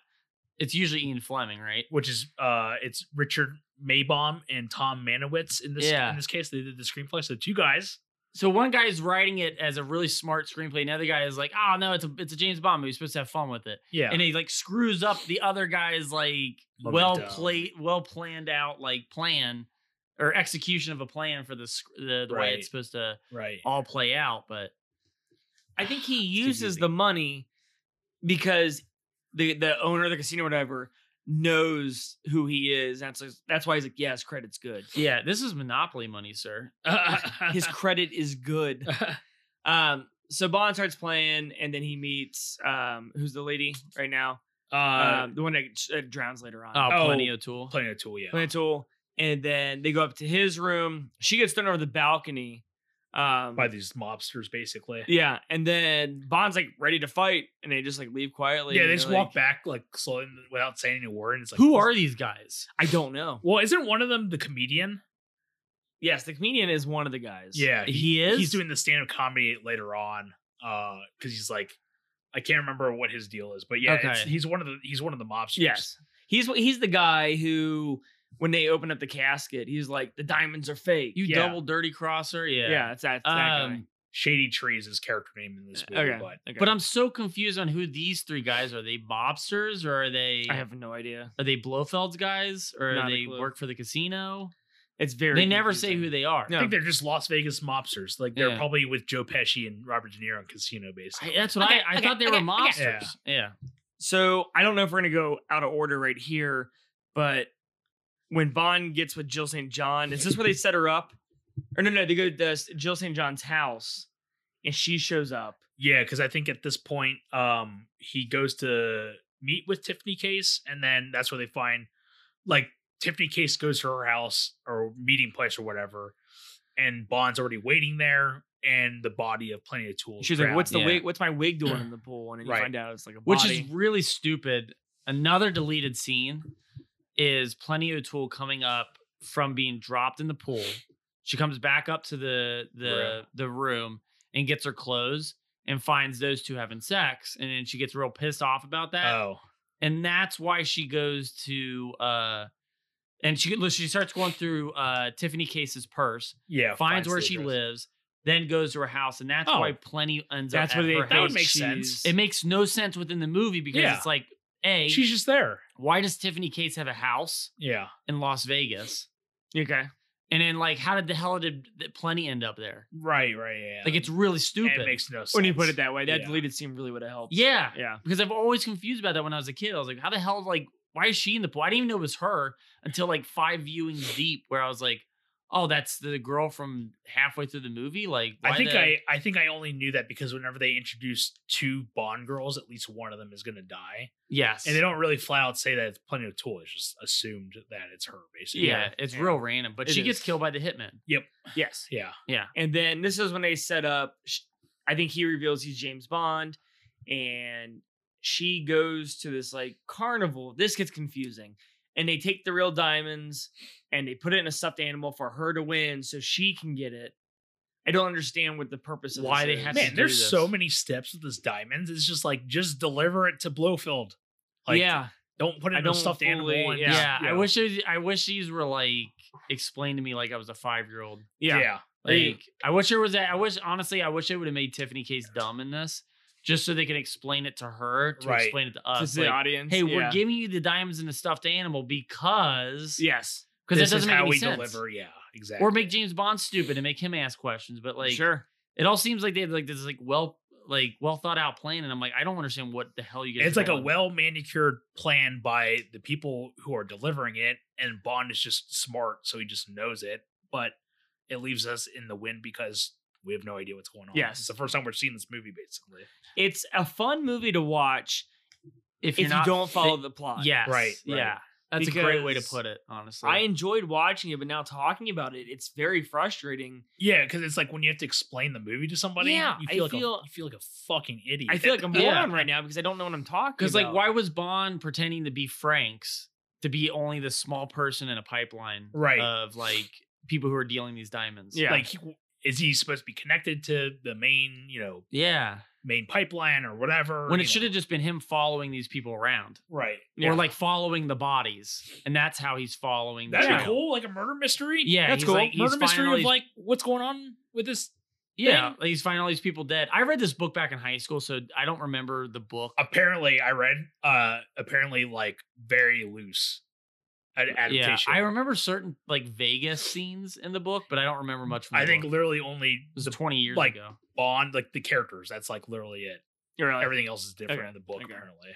Speaker 2: It's usually Ian Fleming, right?
Speaker 3: which is uh it's Richard Maybaum and Tom Manowitz in this
Speaker 2: Yeah.
Speaker 3: in this case. They did the screenplay. So two guys.
Speaker 2: So one guy is writing it as a really smart screenplay, and the other guy is like, "Oh no, it's a it's a James Bond movie. You're supposed to have fun with it."
Speaker 3: Yeah.
Speaker 2: And he like screws up the other guy's like
Speaker 3: Momentum.
Speaker 2: well played, well planned out like plan or execution of a plan for the sc- the, the way
Speaker 3: Right.
Speaker 2: it's supposed to
Speaker 3: right.
Speaker 2: all play out. But
Speaker 1: I think he
Speaker 3: too
Speaker 1: uses
Speaker 3: easy.
Speaker 1: the money because the the owner of the casino, or whatever, knows who he is. That's that's why he's like, yeah, his credit's good.
Speaker 2: yeah, this is monopoly money, sir. Oh,
Speaker 3: Uh,
Speaker 1: His credit is good. Um, so Bond starts playing, and then he meets um, who's the lady right now,
Speaker 3: uh,
Speaker 1: um, the one that uh, drowns later on.
Speaker 2: Oh,
Speaker 3: Oh,
Speaker 2: plenty of tool.
Speaker 3: playing a tool. Yeah.
Speaker 1: Plantool, and then they go up to his room. She gets thrown over the balcony. Um,
Speaker 3: by these mobsters, basically.
Speaker 1: yeah, and then Bond's like ready to fight, and they just like leave quietly.
Speaker 3: yeah,
Speaker 1: and
Speaker 3: they
Speaker 1: they're
Speaker 3: just
Speaker 1: like,
Speaker 3: walk back like slowly without saying a word. And it's like,
Speaker 2: Who are these guys?
Speaker 1: I don't know.
Speaker 3: Well, isn't one of them the comedian?
Speaker 1: Yes, the comedian is one of the guys.
Speaker 3: Yeah,
Speaker 2: He,
Speaker 3: he-
Speaker 2: is.
Speaker 3: he's doing the stand-up comedy later on. Uh, because he's like, I can't remember what his deal is, but yeah, it's,
Speaker 2: Okay.
Speaker 3: he's one of the he's one of the mobsters.
Speaker 1: Yes, he's he's the guy who when they open up the casket, he's like the diamonds are fake.
Speaker 2: you
Speaker 3: yeah.
Speaker 2: double dirty crosser.
Speaker 1: yeah,
Speaker 2: Yeah.
Speaker 1: it's that, it's that
Speaker 2: Um,
Speaker 3: Shady Tree is his character name in this
Speaker 1: guy.
Speaker 3: movie,
Speaker 1: Eh, okay.
Speaker 3: but
Speaker 1: okay.
Speaker 2: But I'm so confused on who these three guys are. Are they mobsters or are they
Speaker 1: I have no idea.
Speaker 2: are they Blofeld's guys or
Speaker 1: Not
Speaker 2: are
Speaker 1: a
Speaker 2: they
Speaker 1: clue.
Speaker 2: work for the casino?
Speaker 1: It's very.
Speaker 2: They never say who
Speaker 1: confusing.
Speaker 2: they are.
Speaker 1: No.
Speaker 3: I think they're just Las Vegas mobsters. Like they're
Speaker 2: Yeah.
Speaker 3: probably with Joe Pesci and Robert De Niro in Casino, basically.
Speaker 2: I, that's what
Speaker 1: Okay,
Speaker 2: I, I
Speaker 1: okay,
Speaker 2: thought they
Speaker 1: okay,
Speaker 2: were
Speaker 1: okay.
Speaker 2: mobsters. Yeah.
Speaker 1: So I don't know if we're gonna go out of order right here, but when Bond gets with Jill St. John, is this where they set her up? Or no, no, they go to s- Jill St. John's house, and she shows up.
Speaker 3: yeah, because I think at this point, um, he goes to meet with Tiffany Case, and then that's where they find like Tiffany Case goes to her house or meeting place or whatever, and Bond's already waiting there, and the body of Plenty of Tools.
Speaker 1: She's like, "What's the
Speaker 2: Yeah.
Speaker 1: wig? What's my wig doing in the pool?" And then you
Speaker 3: Right.
Speaker 1: find out it's like a body.
Speaker 2: Which is really stupid. Another deleted scene is Plenty O'Toole coming up from being dropped in the pool. She comes back up to the the
Speaker 3: Room.
Speaker 2: the room and gets her clothes and finds those two having sex. And then she gets real pissed off about that.
Speaker 3: Oh,
Speaker 2: and that's why she goes to uh and she she starts going through uh Tiffany Case's purse,
Speaker 3: yeah.
Speaker 2: finds where
Speaker 3: the
Speaker 2: she
Speaker 3: address.
Speaker 2: lives, then goes to her house, and that's why
Speaker 3: Oh.
Speaker 2: plenty ends
Speaker 1: that's
Speaker 2: up
Speaker 1: where
Speaker 2: at
Speaker 1: they.
Speaker 2: her
Speaker 1: think
Speaker 2: house.
Speaker 3: would make
Speaker 1: she's-
Speaker 3: sense.
Speaker 2: It makes no sense within the movie because
Speaker 3: Yeah.
Speaker 2: it's like a
Speaker 3: She's just there.
Speaker 2: why does Tiffany Case have a house
Speaker 3: Yeah.
Speaker 2: in Las Vegas?
Speaker 1: okay.
Speaker 2: And then like how did the hell did th- plenty end up there?
Speaker 3: Right. Right. Yeah.
Speaker 2: Like it's really stupid.
Speaker 3: It makes no sense
Speaker 1: When you put it that way, that
Speaker 3: Yeah.
Speaker 1: deleted scene really would have helped.
Speaker 2: yeah.
Speaker 1: yeah.
Speaker 2: Because I've always confused about that when I was a kid. I was like, how the hell, like, why is she in the pool? I didn't even know it was her until like five viewings deep, where I was like, oh, that's the girl from halfway through the movie. Like,
Speaker 3: I
Speaker 2: why
Speaker 3: think
Speaker 2: the-
Speaker 3: I, I think I only knew that because whenever they introduce two Bond girls, at least one of them is gonna die,
Speaker 2: yes,
Speaker 3: and they don't really flat out say that it's Plenty of Tool. It's just assumed that it's her, basically.
Speaker 2: yeah, it's real random. But
Speaker 1: It
Speaker 2: she gets
Speaker 1: is.
Speaker 2: killed by the hitman.
Speaker 1: Yes.
Speaker 3: yeah.
Speaker 1: And then this is when they set up. sh- I think he reveals he's James Bond, and she goes to this like carnival. This gets confusing. And they take the real diamonds and they put it in a stuffed animal for her to win, so she can get it. I don't understand what the purpose of
Speaker 2: Why
Speaker 1: this
Speaker 2: they
Speaker 1: is.
Speaker 2: have to
Speaker 3: Man,
Speaker 2: do
Speaker 3: there's
Speaker 2: this.
Speaker 3: so many steps with this diamonds. It's just like just deliver it to Blowfield. Like,
Speaker 1: yeah,
Speaker 3: don't put
Speaker 1: I
Speaker 3: it in a
Speaker 1: don't
Speaker 3: stuffed
Speaker 1: fully-
Speaker 3: animal. And
Speaker 1: Yeah.
Speaker 2: Yeah,
Speaker 3: just-
Speaker 2: I wish it, I wish these were like explained to me like I was a five year old.
Speaker 1: yeah,
Speaker 2: Like,
Speaker 1: They-
Speaker 2: I wish there was that. I wish honestly, I wish they would have made Tiffany Case dumb in this, just so they can explain it to her to
Speaker 3: Right.
Speaker 2: explain it to
Speaker 1: To
Speaker 2: us.
Speaker 1: the
Speaker 2: uh, like,
Speaker 1: audience.
Speaker 2: hey, we're
Speaker 1: yeah.
Speaker 2: giving you the diamonds and the stuffed animal because
Speaker 1: yes,
Speaker 2: because
Speaker 3: this
Speaker 2: that
Speaker 3: is
Speaker 2: doesn't make
Speaker 3: how
Speaker 2: any
Speaker 3: we
Speaker 2: sense.
Speaker 3: deliver. Yeah, exactly.
Speaker 2: Or make James Bond stupid and make him ask questions. But like,
Speaker 1: sure.
Speaker 2: it all seems like they had like this like well like well thought out plan, and I'm like, I don't understand what the hell you guys.
Speaker 3: it's like a
Speaker 2: well.
Speaker 3: well manicured plan by the people who are delivering it, and Bond is just smart, so he just knows it. But it leaves us in the wind because we have no idea what's going on.
Speaker 1: Yes.
Speaker 3: it's the first time we're seeing this movie, basically.
Speaker 1: It's a fun movie to watch
Speaker 2: If,
Speaker 1: if,
Speaker 2: you're
Speaker 1: you
Speaker 2: not
Speaker 1: don't
Speaker 2: fi-
Speaker 1: follow the plot.
Speaker 2: yes,
Speaker 3: Right, right.
Speaker 2: yeah, that's a great way to
Speaker 1: Because
Speaker 2: put it. Honestly,
Speaker 1: I enjoyed watching it, but now talking about it, it's very frustrating.
Speaker 3: Yeah, because it's like when you have to explain the movie to somebody,
Speaker 1: Yeah,
Speaker 3: you
Speaker 1: I
Speaker 3: feel like
Speaker 1: feel-
Speaker 3: a, you feel like a fucking idiot.
Speaker 1: I feel like a moron
Speaker 2: Yeah.
Speaker 1: right now because I don't know what I'm talking.
Speaker 2: Because like,
Speaker 1: about.
Speaker 2: why was Bond pretending to be Frank's to be only the small person in a pipeline
Speaker 3: Right.
Speaker 2: of like people who are dealing these diamonds?
Speaker 1: Yeah.
Speaker 3: like he- is he supposed to be connected to the main, you know,
Speaker 2: yeah.
Speaker 3: main pipeline or whatever.
Speaker 2: when
Speaker 3: you
Speaker 2: it should
Speaker 3: know.
Speaker 2: have just been him following these people around
Speaker 3: right.
Speaker 1: Yeah.
Speaker 2: or like following the bodies, and that's how he's following. the
Speaker 3: That'd
Speaker 1: Yeah.
Speaker 3: be
Speaker 2: trail.
Speaker 3: cool, like a murder mystery.
Speaker 2: Yeah,
Speaker 1: That's
Speaker 2: he's
Speaker 1: cool.
Speaker 2: like- he's
Speaker 1: Murder mystery
Speaker 2: finally-
Speaker 1: of like what's going on with this.
Speaker 2: Yeah,
Speaker 1: thing.
Speaker 2: like, he's finding all these people dead. I read this book back in high school, so I don't remember the book.
Speaker 3: Apparently, I read. Uh, apparently, like very loose ad-
Speaker 2: Yeah,
Speaker 3: adaptation.
Speaker 2: I remember certain like Vegas scenes in the book, but I don't remember much from. The
Speaker 3: I think
Speaker 2: book.
Speaker 3: literally only
Speaker 2: it was twenty years
Speaker 3: like,
Speaker 2: ago.
Speaker 3: Bond, like the characters. That's like literally
Speaker 2: Uh,
Speaker 3: it.
Speaker 1: You're like,
Speaker 3: Everything else is different
Speaker 1: Okay,
Speaker 3: in the book.
Speaker 1: okay.
Speaker 3: Apparently,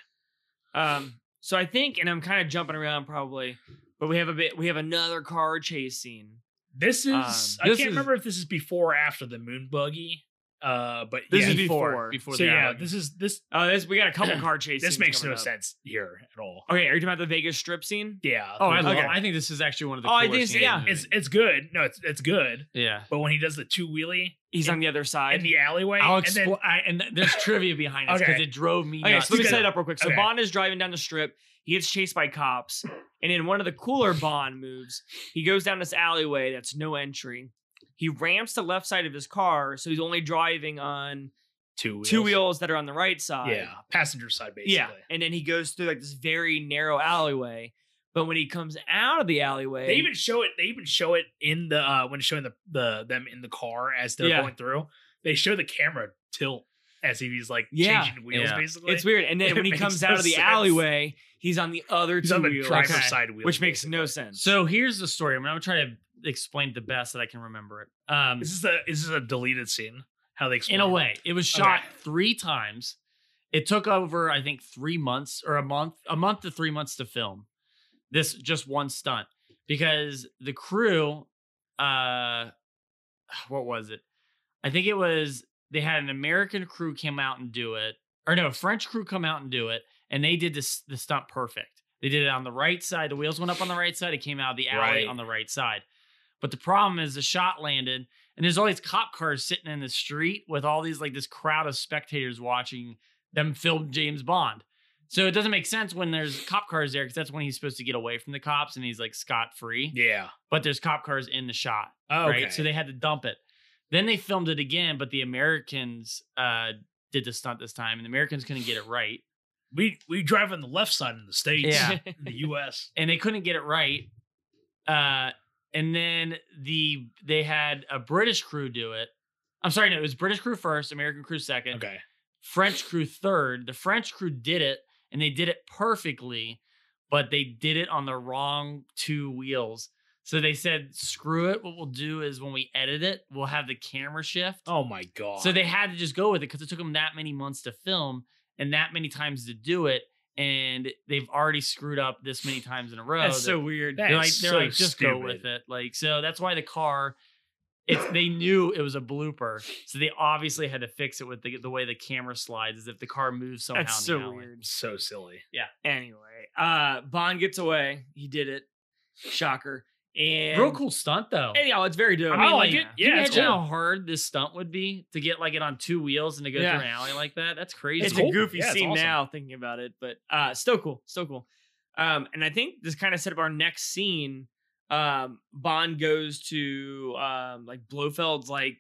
Speaker 1: Um, so I think, and I'm kind of jumping around probably, but we have a bit. We have another car chase scene.
Speaker 3: this is.
Speaker 1: Um,
Speaker 3: I
Speaker 1: this
Speaker 3: can't
Speaker 1: is-
Speaker 3: remember if this is before or after the moon buggy. Uh, but
Speaker 1: This
Speaker 3: yeah,
Speaker 1: is before.
Speaker 2: before before
Speaker 3: So
Speaker 2: the
Speaker 3: yeah,
Speaker 2: Alec-
Speaker 3: this is this.
Speaker 1: Oh, this we got a couple car chase.
Speaker 3: This
Speaker 1: scenes
Speaker 3: makes no
Speaker 1: coming up.
Speaker 3: sense here at all.
Speaker 1: Okay, are you talking about the Vegas strip scene?
Speaker 3: Yeah.
Speaker 2: Oh, I,
Speaker 3: there's-
Speaker 2: love,
Speaker 1: Okay.
Speaker 2: I think this is actually one of the.
Speaker 1: Oh, I
Speaker 2: cooler
Speaker 1: didn't see-
Speaker 2: scenes in
Speaker 1: yeah.
Speaker 2: the movie.
Speaker 3: It's it's good. No, it's it's good.
Speaker 2: yeah.
Speaker 3: But when he does the two wheelie
Speaker 1: He's on the other
Speaker 3: in
Speaker 1: side.
Speaker 3: the alleyway,
Speaker 2: I'll
Speaker 3: and then
Speaker 2: explain. And, there's trivia behind this because
Speaker 3: Okay.
Speaker 2: it drove me.
Speaker 1: Okay,
Speaker 2: nuts.
Speaker 1: so let me
Speaker 3: Okay.
Speaker 1: set it up real quick. So
Speaker 3: Okay.
Speaker 1: Bond is driving down the strip. He gets chased by cops, and in one of the cooler Bond moves, he goes down this alleyway that's no entry. He ramps the left side of his car, so he's only driving on
Speaker 3: two wheels.
Speaker 1: two wheels that are on the right side.
Speaker 3: Yeah, passenger side basically.
Speaker 1: Yeah, and then he goes through like this very narrow alleyway. But when he comes out of the alleyway,
Speaker 3: They even show it. They even show it in the uh when showing the the them in the car as they're
Speaker 1: Yeah.
Speaker 3: going through. They show the camera tilt as if he's like
Speaker 1: Yeah.
Speaker 3: changing wheels
Speaker 2: Yeah.
Speaker 3: basically.
Speaker 1: it's weird. And then
Speaker 3: It
Speaker 1: when he
Speaker 3: makes
Speaker 1: comes
Speaker 3: no
Speaker 1: out of the
Speaker 3: sense.
Speaker 1: alleyway, he's on the other
Speaker 3: He's
Speaker 1: two
Speaker 3: on the
Speaker 1: wheels,
Speaker 3: driver's
Speaker 2: Okay.
Speaker 3: side wheels,
Speaker 1: which makes
Speaker 3: basically.
Speaker 1: no sense.
Speaker 2: So here's the story. I mean, I'm trying to explain it the best that I can remember it. Um,
Speaker 3: Is this a is this a deleted scene? How they explain
Speaker 2: in a
Speaker 3: it?
Speaker 2: way, it was
Speaker 3: Okay.
Speaker 2: shot three times. It took over, I think, three months or a month, a month to three months to film this just one stunt because the crew, uh, what was it? I think it was they had an American crew come out and do it, or no, a French crew come out and do it, and they did this the stunt perfect. They did it on the right side. The wheels went up on the right side. It came out of the alley
Speaker 3: Right.
Speaker 2: on the right side. But the problem is the shot landed, and there's all these cop cars sitting in the street with all these like this crowd of spectators watching them film James Bond. So it doesn't make sense when there's cop cars there because that's when he's supposed to get away from the cops and he's like scot free.
Speaker 3: Yeah.
Speaker 2: But there's cop cars in the shot
Speaker 3: Oh,
Speaker 2: right? So they had to dump it. Then they filmed it again, but the Americans uh, did the stunt this time, and the Americans couldn't get it right,
Speaker 3: we we drive on the left side in the states.
Speaker 2: Yeah.
Speaker 3: in the U.S.
Speaker 2: and they couldn't get it right. Uh, and then the they had a British crew do it. I'm sorry, no, it was British crew first, American crew second,
Speaker 3: Okay.
Speaker 2: French crew third. The French crew did it, and they did it perfectly, but they did it on the wrong two wheels. So they said, "Screw it! What we'll do is when we edit it, we'll have the camera shift."
Speaker 3: Oh my god.
Speaker 2: So they had to just go with it because it took them that many months to film and that many times to do it, and they've already screwed up this many times in a row.
Speaker 1: that's
Speaker 2: that
Speaker 1: so weird.
Speaker 3: That
Speaker 2: they're like,
Speaker 3: is
Speaker 2: they're
Speaker 3: so
Speaker 2: like, just go with
Speaker 3: stupid.
Speaker 2: it. Like, so that's why the car. It's, they knew it was a blooper, so they obviously had to fix it with the, the way the camera slides, as if the car moves somehow.
Speaker 1: That's
Speaker 2: in the
Speaker 1: so
Speaker 2: alley.
Speaker 1: weird.
Speaker 3: so silly.
Speaker 1: Anyway, uh, Bond gets away. He did it. Shocker. And
Speaker 2: Real cool stunt though.
Speaker 1: And, yeah, it's very dope. Oh,
Speaker 2: I mean, like,
Speaker 1: yeah.
Speaker 2: Can you
Speaker 3: Yeah, it's
Speaker 2: imagine
Speaker 3: cool.
Speaker 2: how hard this stunt would be to get like it on two wheels and to go
Speaker 1: Yeah.
Speaker 2: through an alley like that? That's crazy.
Speaker 1: It's,
Speaker 3: cool.
Speaker 1: a goofy
Speaker 3: Yeah, it's
Speaker 1: scene
Speaker 3: awesome.
Speaker 1: now thinking about it, but uh, still cool. Still cool. Um, and I think this kind of set up our next scene. Um, Bond goes to um, like Blofeld's like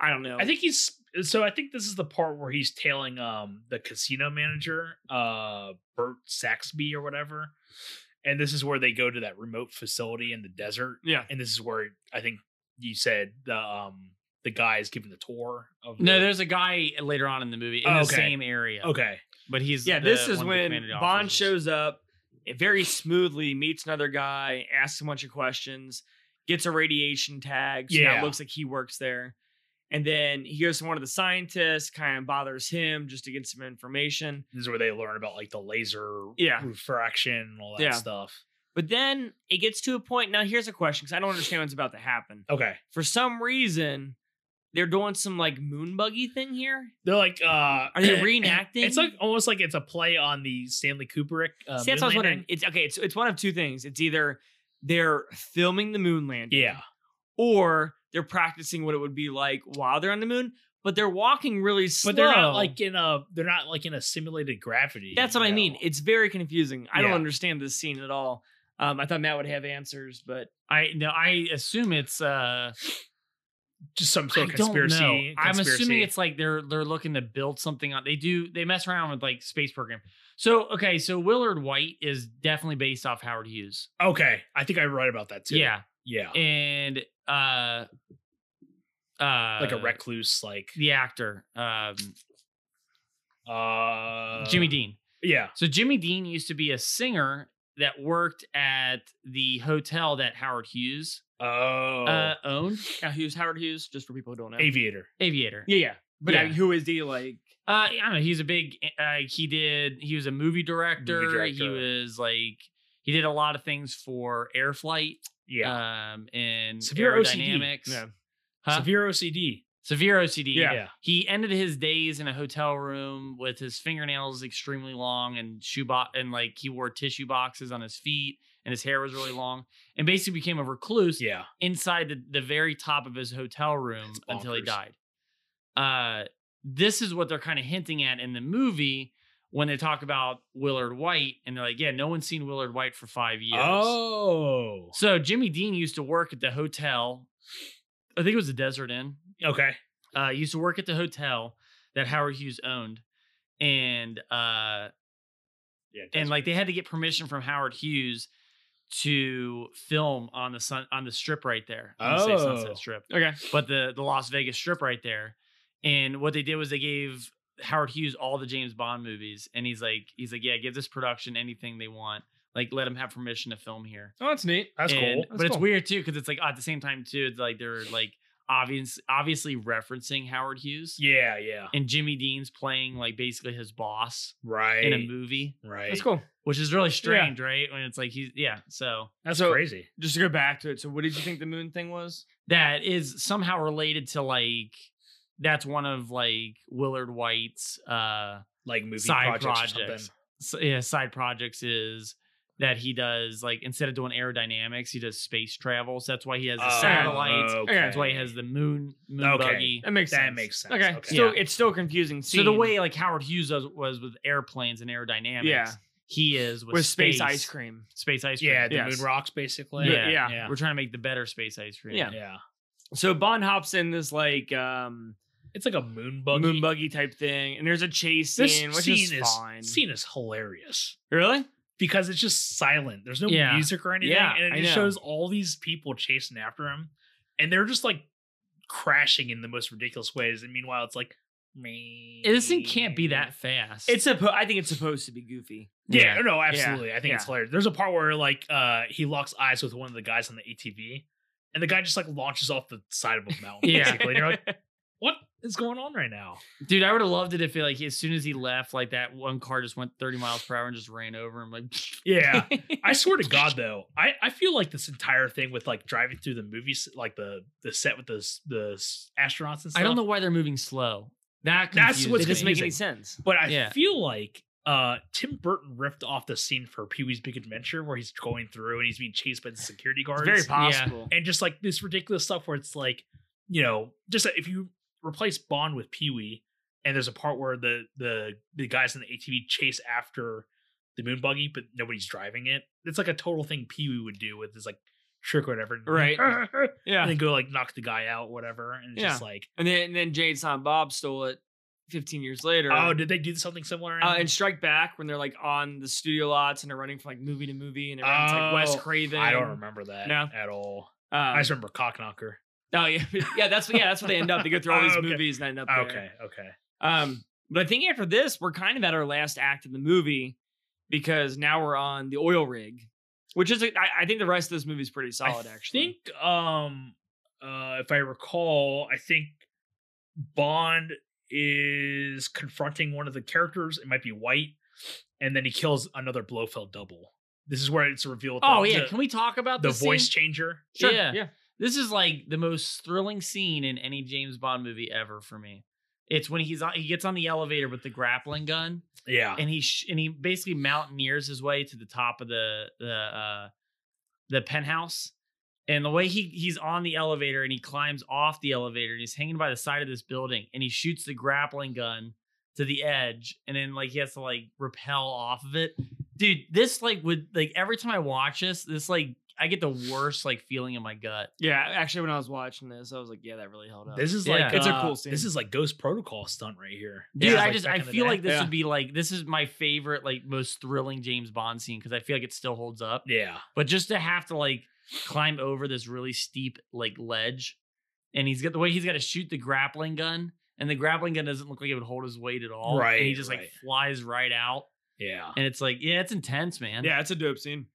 Speaker 1: I don't know.
Speaker 3: I think he's so I think this is the part where he's tailing um the casino manager, uh Bert Saxby or whatever. And this is where they go to that remote facility in the desert.
Speaker 1: yeah.
Speaker 3: And this is where I think you said the um the guy is giving the tour of
Speaker 2: No,
Speaker 3: the-
Speaker 2: there's a guy later on in the movie in
Speaker 3: Oh,
Speaker 2: the
Speaker 3: okay.
Speaker 2: same area.
Speaker 3: Okay.
Speaker 2: But he's
Speaker 1: Yeah,
Speaker 2: the-
Speaker 1: this is
Speaker 2: one of the
Speaker 1: when
Speaker 2: community
Speaker 1: Bond
Speaker 2: officers.
Speaker 1: shows up eh, very smoothly, meets another guy, asks a bunch of questions, gets a radiation tag. So now
Speaker 3: Yeah.
Speaker 1: it looks like he works there. And then he goes to one of the scientists, kind of bothers him just to get some information.
Speaker 3: This is where they learn about like the laser
Speaker 1: Yeah.
Speaker 3: refraction and all that
Speaker 1: Yeah.
Speaker 3: stuff.
Speaker 1: But then it gets to a point. Now, here's a question because I don't understand what's about to happen.
Speaker 3: Okay.
Speaker 1: For some reason, they're doing some like moon buggy thing here.
Speaker 3: They're like uh Are
Speaker 1: they reenacting?
Speaker 3: It's like almost like it's a play on the Stanley Kubrick uh,
Speaker 1: See, that's what I was
Speaker 3: moon
Speaker 1: wondering.
Speaker 3: landing.
Speaker 1: It's okay. It's it's one of two things. It's either they're filming the moon landing,
Speaker 3: Yeah.
Speaker 1: or they're practicing what it would be like while they're on the moon, but they're walking really slow.
Speaker 3: But they're not like in a they're not like in a simulated gravity.
Speaker 1: That's what I
Speaker 3: you
Speaker 1: mean.
Speaker 3: know?
Speaker 1: It's very confusing. I don't
Speaker 3: Yeah.
Speaker 1: understand this scene at all. Um, I thought Matt would have answers, but
Speaker 2: I no, I assume it's uh
Speaker 3: just some sort of
Speaker 2: I don't
Speaker 3: conspiracy.
Speaker 2: know. I'm assuming
Speaker 3: conspiracy.
Speaker 2: it's like they're they're looking to build something on. They do they mess around with like space program. So okay, so Willard White is definitely based off Howard Hughes.
Speaker 3: okay. I think I read about that too.
Speaker 2: Yeah,
Speaker 3: yeah,
Speaker 2: and uh, uh,
Speaker 3: like a recluse, like
Speaker 2: The actor, um,
Speaker 3: uh,
Speaker 2: Jimmy Dean.
Speaker 3: Yeah,
Speaker 2: So Jimmy Dean used to be a singer that worked at the hotel that Howard Hughes
Speaker 3: oh,
Speaker 2: uh, owned,
Speaker 1: Now, Hughes, Howard Hughes, just for people who don't know.
Speaker 3: aviator.
Speaker 2: Aviator.
Speaker 1: Yeah, yeah. But I
Speaker 2: Yeah.
Speaker 1: mean, who is he? Like,
Speaker 2: Uh, I don't know. He's a big. Uh, he did. He was a movie director. He
Speaker 3: director.
Speaker 2: was like. He did a lot of things for air flight.
Speaker 1: Uh,
Speaker 3: Yeah,
Speaker 2: Um, and
Speaker 3: Severe OCD.
Speaker 2: aerodynamics.
Speaker 1: Yeah.
Speaker 2: Huh? Severe,
Speaker 3: severe OCD.
Speaker 2: OCD.
Speaker 3: Yeah.
Speaker 2: He ended his days in a hotel room with his fingernails extremely long and shoe bo- and like he wore tissue boxes on his feet and his hair was really long and basically became a recluse
Speaker 3: yeah,
Speaker 2: inside the, the very top of his hotel room
Speaker 3: That's
Speaker 2: until he
Speaker 3: bonkers.
Speaker 2: died. Uh, this is what they're kind of hinting at in the movie when they talk about Willard White, and they're like, "Yeah, no one's seen Willard White for five years."
Speaker 3: Oh,
Speaker 2: so Jimmy Dean used to work at the hotel. I think it was the Desert Inn.
Speaker 3: okay.
Speaker 2: Uh, he used to work at the hotel that Howard Hughes owned, and uh,
Speaker 3: Yeah,
Speaker 2: and like they had to get permission from Howard Hughes to film on the sun on the strip right there. I'm gonna say
Speaker 3: Oh.
Speaker 2: Sunset Strip
Speaker 1: okay.
Speaker 2: but the the Las Vegas Strip right there. And what they did was they gave Howard Hughes all the James Bond movies, and he's like, he's like, yeah, give this production anything they want. Like, let them have permission to film here.
Speaker 1: Oh, that's neat.
Speaker 3: that's
Speaker 2: And-
Speaker 3: cool.
Speaker 1: That's
Speaker 2: but it's
Speaker 1: cool.
Speaker 2: weird too because it's like at the same time too, it's like they're like obvious, obviously referencing Howard Hughes,
Speaker 3: Yeah, yeah,
Speaker 2: and Jimmy Dean's playing like basically his boss
Speaker 3: right,
Speaker 2: in a movie,
Speaker 3: right.
Speaker 1: That's cool.
Speaker 2: which is really strange, right? When it's like he's yeah, so
Speaker 3: That's
Speaker 1: So-
Speaker 3: crazy.
Speaker 1: Just to go back to it. So, what did you think the moon thing was?
Speaker 2: that is somehow related to like that's one of like Willard White's uh
Speaker 3: Like movie
Speaker 2: side
Speaker 3: projects, or something.
Speaker 2: projects. s- yeah, side projects is that he does like instead of doing aerodynamics, he does space travel. So that's why he has the
Speaker 3: Oh,
Speaker 2: satellites.
Speaker 3: okay.
Speaker 2: That's why he has the moon moon
Speaker 3: Okay.
Speaker 2: buggy.
Speaker 1: That makes
Speaker 3: That
Speaker 1: sense.
Speaker 3: makes sense.
Speaker 1: Okay.
Speaker 3: Okay.
Speaker 1: Still,
Speaker 2: Yeah.
Speaker 1: it's still confusing.
Speaker 2: So the
Speaker 1: scene
Speaker 2: way like Howard Hughes does, was with airplanes and aerodynamics,
Speaker 1: Yeah.
Speaker 2: he is with,
Speaker 1: with space ice cream.
Speaker 2: Space ice cream.
Speaker 3: Yeah, the
Speaker 1: Yes.
Speaker 3: moon rocks basically.
Speaker 2: Yeah.
Speaker 1: Yeah.
Speaker 3: yeah.
Speaker 2: We're trying to make the better space ice cream.
Speaker 1: Yeah.
Speaker 3: Yeah.
Speaker 1: So Bond hops in this like um
Speaker 3: It's like a moon buggy.
Speaker 1: moon buggy type thing, and there's a chase
Speaker 3: This
Speaker 1: scene, which
Speaker 3: scene
Speaker 1: is
Speaker 3: is,
Speaker 1: fine.
Speaker 3: scene is hilarious
Speaker 1: Really?
Speaker 3: because it's just silent. There's no
Speaker 2: Yeah.
Speaker 3: music or anything,
Speaker 1: Yeah,
Speaker 3: and
Speaker 1: I
Speaker 3: it just
Speaker 1: know.
Speaker 3: shows all these people chasing after him, and they're just like crashing in the most ridiculous ways. And meanwhile, it's like, me.
Speaker 2: This thing can't be that fast.
Speaker 1: It's supposed. I think it's supposed to be goofy.
Speaker 3: Yeah,
Speaker 2: Yeah.
Speaker 3: no, absolutely. I think it's
Speaker 1: yeah.
Speaker 3: hilarious. There's a part where like uh he locks eyes with one of the guys on the ATV, and the guy just like launches off the side of a mountain.
Speaker 2: Yeah.
Speaker 3: basically. And you're like, what is going on right now?
Speaker 2: Dude, I would have loved it if like as soon as he left, like that one car just went 30 miles per hour and just ran over him. Like,
Speaker 3: Yeah, I swear to God, though, I, I feel like this entire thing with like driving through the movies, like the the set with the s- the s- astronauts and stuff.
Speaker 2: I don't know why they're moving slow. That
Speaker 3: That's
Speaker 2: confuses
Speaker 1: It
Speaker 3: what's
Speaker 2: me.
Speaker 1: doesn't make any sense.
Speaker 3: but I
Speaker 2: Yeah.
Speaker 3: feel like uh Tim Burton ripped off the scene for Pee Wee's Big Adventure where he's going through and he's being chased by the security
Speaker 1: It's
Speaker 3: guards.
Speaker 1: very possible.
Speaker 3: and just like this ridiculous stuff where it's like, you know, just uh, if you replace Bond with Pee Wee, and there's a part where the the the guys in the ATV chase after the moon buggy, but nobody's driving it. It's like a total thing Pee Wee would do with his like trick or whatever,
Speaker 1: Right.
Speaker 3: and
Speaker 1: Yeah.
Speaker 3: then go like knock the guy out, whatever, and it's just like,
Speaker 1: And then and then Jade Silent Bob stole it 15 years later.
Speaker 3: oh, did they do something similar?
Speaker 1: Uh, and Strike Back when they're like on the studio lots and they're running from like movie to movie and everyone's like Wes
Speaker 3: Oh,
Speaker 1: Craven.
Speaker 3: I don't remember that
Speaker 1: No.
Speaker 3: at all.
Speaker 1: Um,
Speaker 3: I just remember Cock Knocker.
Speaker 1: oh yeah, yeah. That's yeah. That's where they end up. They go through all these
Speaker 3: Oh, okay.
Speaker 1: movies and end up. there.
Speaker 3: Okay, okay.
Speaker 1: Um, but I think after this, we're kind of at our last act of the movie because now we're on the oil rig, which is a- I I think the rest of this movie is pretty solid.
Speaker 3: I
Speaker 1: actually,
Speaker 3: think um uh if I recall, I think Bond is confronting one of the characters. It might be White, and then he kills another Blofeld double. This is where it's revealed. that
Speaker 2: Oh yeah,
Speaker 3: the,
Speaker 2: can we talk about
Speaker 3: the
Speaker 2: this
Speaker 3: voice
Speaker 2: scene?
Speaker 3: changer.
Speaker 2: Sure.
Speaker 1: yeah,
Speaker 2: Yeah.
Speaker 1: yeah.
Speaker 2: This is like the most thrilling scene in any James Bond movie ever for me. It's when he's on, he gets on the elevator with the grappling gun
Speaker 3: Yeah,
Speaker 2: and he sh- and he basically mountaineers his way to the top of the the uh, the penthouse. And the way he he's on the elevator and he climbs off the elevator and he's hanging by the side of this building and he shoots the grappling gun to the edge and then like he has to like repel off of it. Dude, this like would like every time I watch this, this like I get the worst like feeling in my gut.
Speaker 1: Yeah, actually, when I was watching this, I was like, yeah, that really held up.
Speaker 3: This is
Speaker 2: Yeah.
Speaker 3: like
Speaker 1: It's a
Speaker 3: uh,
Speaker 1: cool scene.
Speaker 3: This is like Ghost Protocol stunt right here.
Speaker 1: Yeah.
Speaker 2: Dude,
Speaker 3: This is,
Speaker 2: I
Speaker 3: like,
Speaker 2: just
Speaker 3: back
Speaker 2: I
Speaker 3: in the
Speaker 2: feel
Speaker 3: day.
Speaker 2: like this
Speaker 1: Yeah.
Speaker 2: would be like this is my favorite like most thrilling James Bond scene because I feel like it still holds up.
Speaker 3: yeah,
Speaker 2: But just to have to like climb over this really steep like ledge, and he's got the way he's got to shoot the grappling gun, and the grappling gun doesn't look like it would hold his weight at all. and he
Speaker 3: Right,
Speaker 2: just like
Speaker 3: right.
Speaker 2: flies right out,
Speaker 3: yeah.
Speaker 2: and it's like yeah, it's intense, man.
Speaker 1: Yeah, it's a dope scene.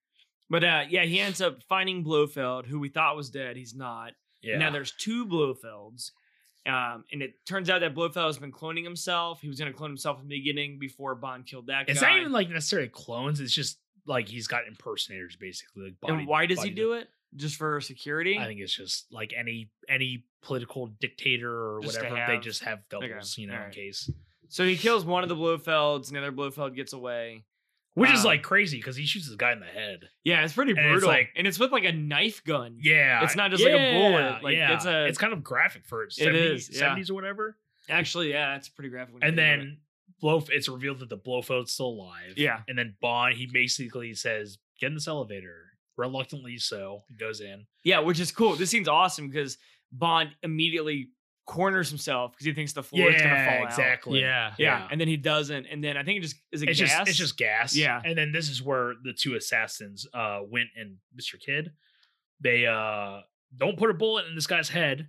Speaker 1: But uh, yeah, he ends up finding Blofeld, who we thought was dead. He's not.
Speaker 3: Yeah.
Speaker 1: Now there's two Blofelds. Um, and it turns out that Blofeld has been cloning himself. He was going to clone himself in the beginning before Bond killed that
Speaker 3: it's
Speaker 1: guy.
Speaker 3: not even like necessarily clones. It's just like he's got impersonators basically. Like body,
Speaker 1: and why does he
Speaker 3: body-
Speaker 1: do it? Just for security?
Speaker 3: I think it's just like any any political dictator or
Speaker 1: Just to
Speaker 3: whatever. they
Speaker 1: have-
Speaker 3: just have doubles, you know,
Speaker 1: all
Speaker 3: in
Speaker 1: right.
Speaker 3: case.
Speaker 1: so he kills one of the Blofelds, and the other Blofeld gets away.
Speaker 3: Which
Speaker 1: Um,
Speaker 3: is like crazy because he shoots this guy in the head.
Speaker 1: Yeah, it's pretty
Speaker 3: And
Speaker 1: brutal.
Speaker 3: it's
Speaker 1: And it's,
Speaker 3: like-
Speaker 1: with like a knife gun.
Speaker 3: Yeah,
Speaker 1: It's not just like a bullet.
Speaker 3: yeah,
Speaker 1: Like
Speaker 3: yeah.
Speaker 1: it's a
Speaker 3: it's kind of graphic for its
Speaker 1: It
Speaker 3: 70,
Speaker 1: is, yeah.
Speaker 3: 70s or whatever.
Speaker 1: actually, yeah, that's pretty graphic. when you
Speaker 3: And
Speaker 1: think about it.
Speaker 3: then Blof, it's revealed that the Blofeld's still alive.
Speaker 1: Yeah.
Speaker 3: and then Bond he basically says, "Get in this elevator." Reluctantly, so he goes in.
Speaker 1: Yeah, which is cool. This scene's awesome because Bond immediately corners himself because he thinks the floor is gonna fall out.
Speaker 3: exactly.
Speaker 2: yeah.
Speaker 1: Yeah,
Speaker 3: yeah.
Speaker 1: and then he doesn't, and then I think it just is it
Speaker 3: It's
Speaker 1: gas.
Speaker 3: just it's just gas.
Speaker 1: Yeah.
Speaker 3: And then this is where the two assassins uh went and Mr. Kidd. They uh don't put a bullet in this guy's head.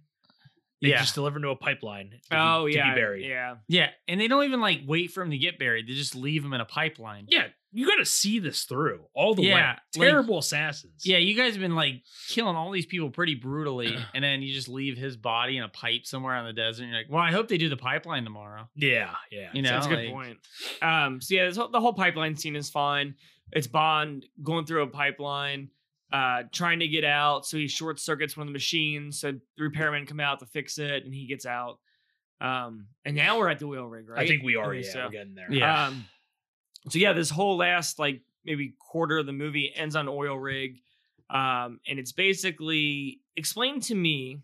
Speaker 3: They
Speaker 2: Yeah.
Speaker 3: just deliver him to a pipeline. to be-
Speaker 1: oh
Speaker 3: to
Speaker 1: yeah,
Speaker 3: be buried.
Speaker 1: yeah,
Speaker 2: Yeah, and they don't even like wait for him to get buried. They just leave him in a pipeline.
Speaker 3: Yeah, you got to see this through all the
Speaker 2: Yeah,
Speaker 3: way.
Speaker 2: like-
Speaker 3: Terrible assassins.
Speaker 2: Yeah, you guys have been like killing all these people pretty brutally, and then you just leave his body in a pipe somewhere on the desert. And you're like, well, I hope they do the pipeline tomorrow.
Speaker 3: yeah, yeah.
Speaker 2: You know,
Speaker 1: that's a good
Speaker 2: like-
Speaker 1: point. Um, so yeah, this whole, the whole pipeline scene is fine. It's Bond going through a pipeline, uh, trying to get out. So he short circuits one of the machines. So the repairmen come out to fix it, and he gets out. Um, and now we're at the wheel rig, right?
Speaker 3: I think we are.
Speaker 1: think
Speaker 3: yeah,
Speaker 1: so.
Speaker 3: we're getting there. Uh,
Speaker 2: Yeah.
Speaker 1: Um, so yeah, this whole last like maybe quarter of the movie ends on oil rig, um, and it's basically explain to me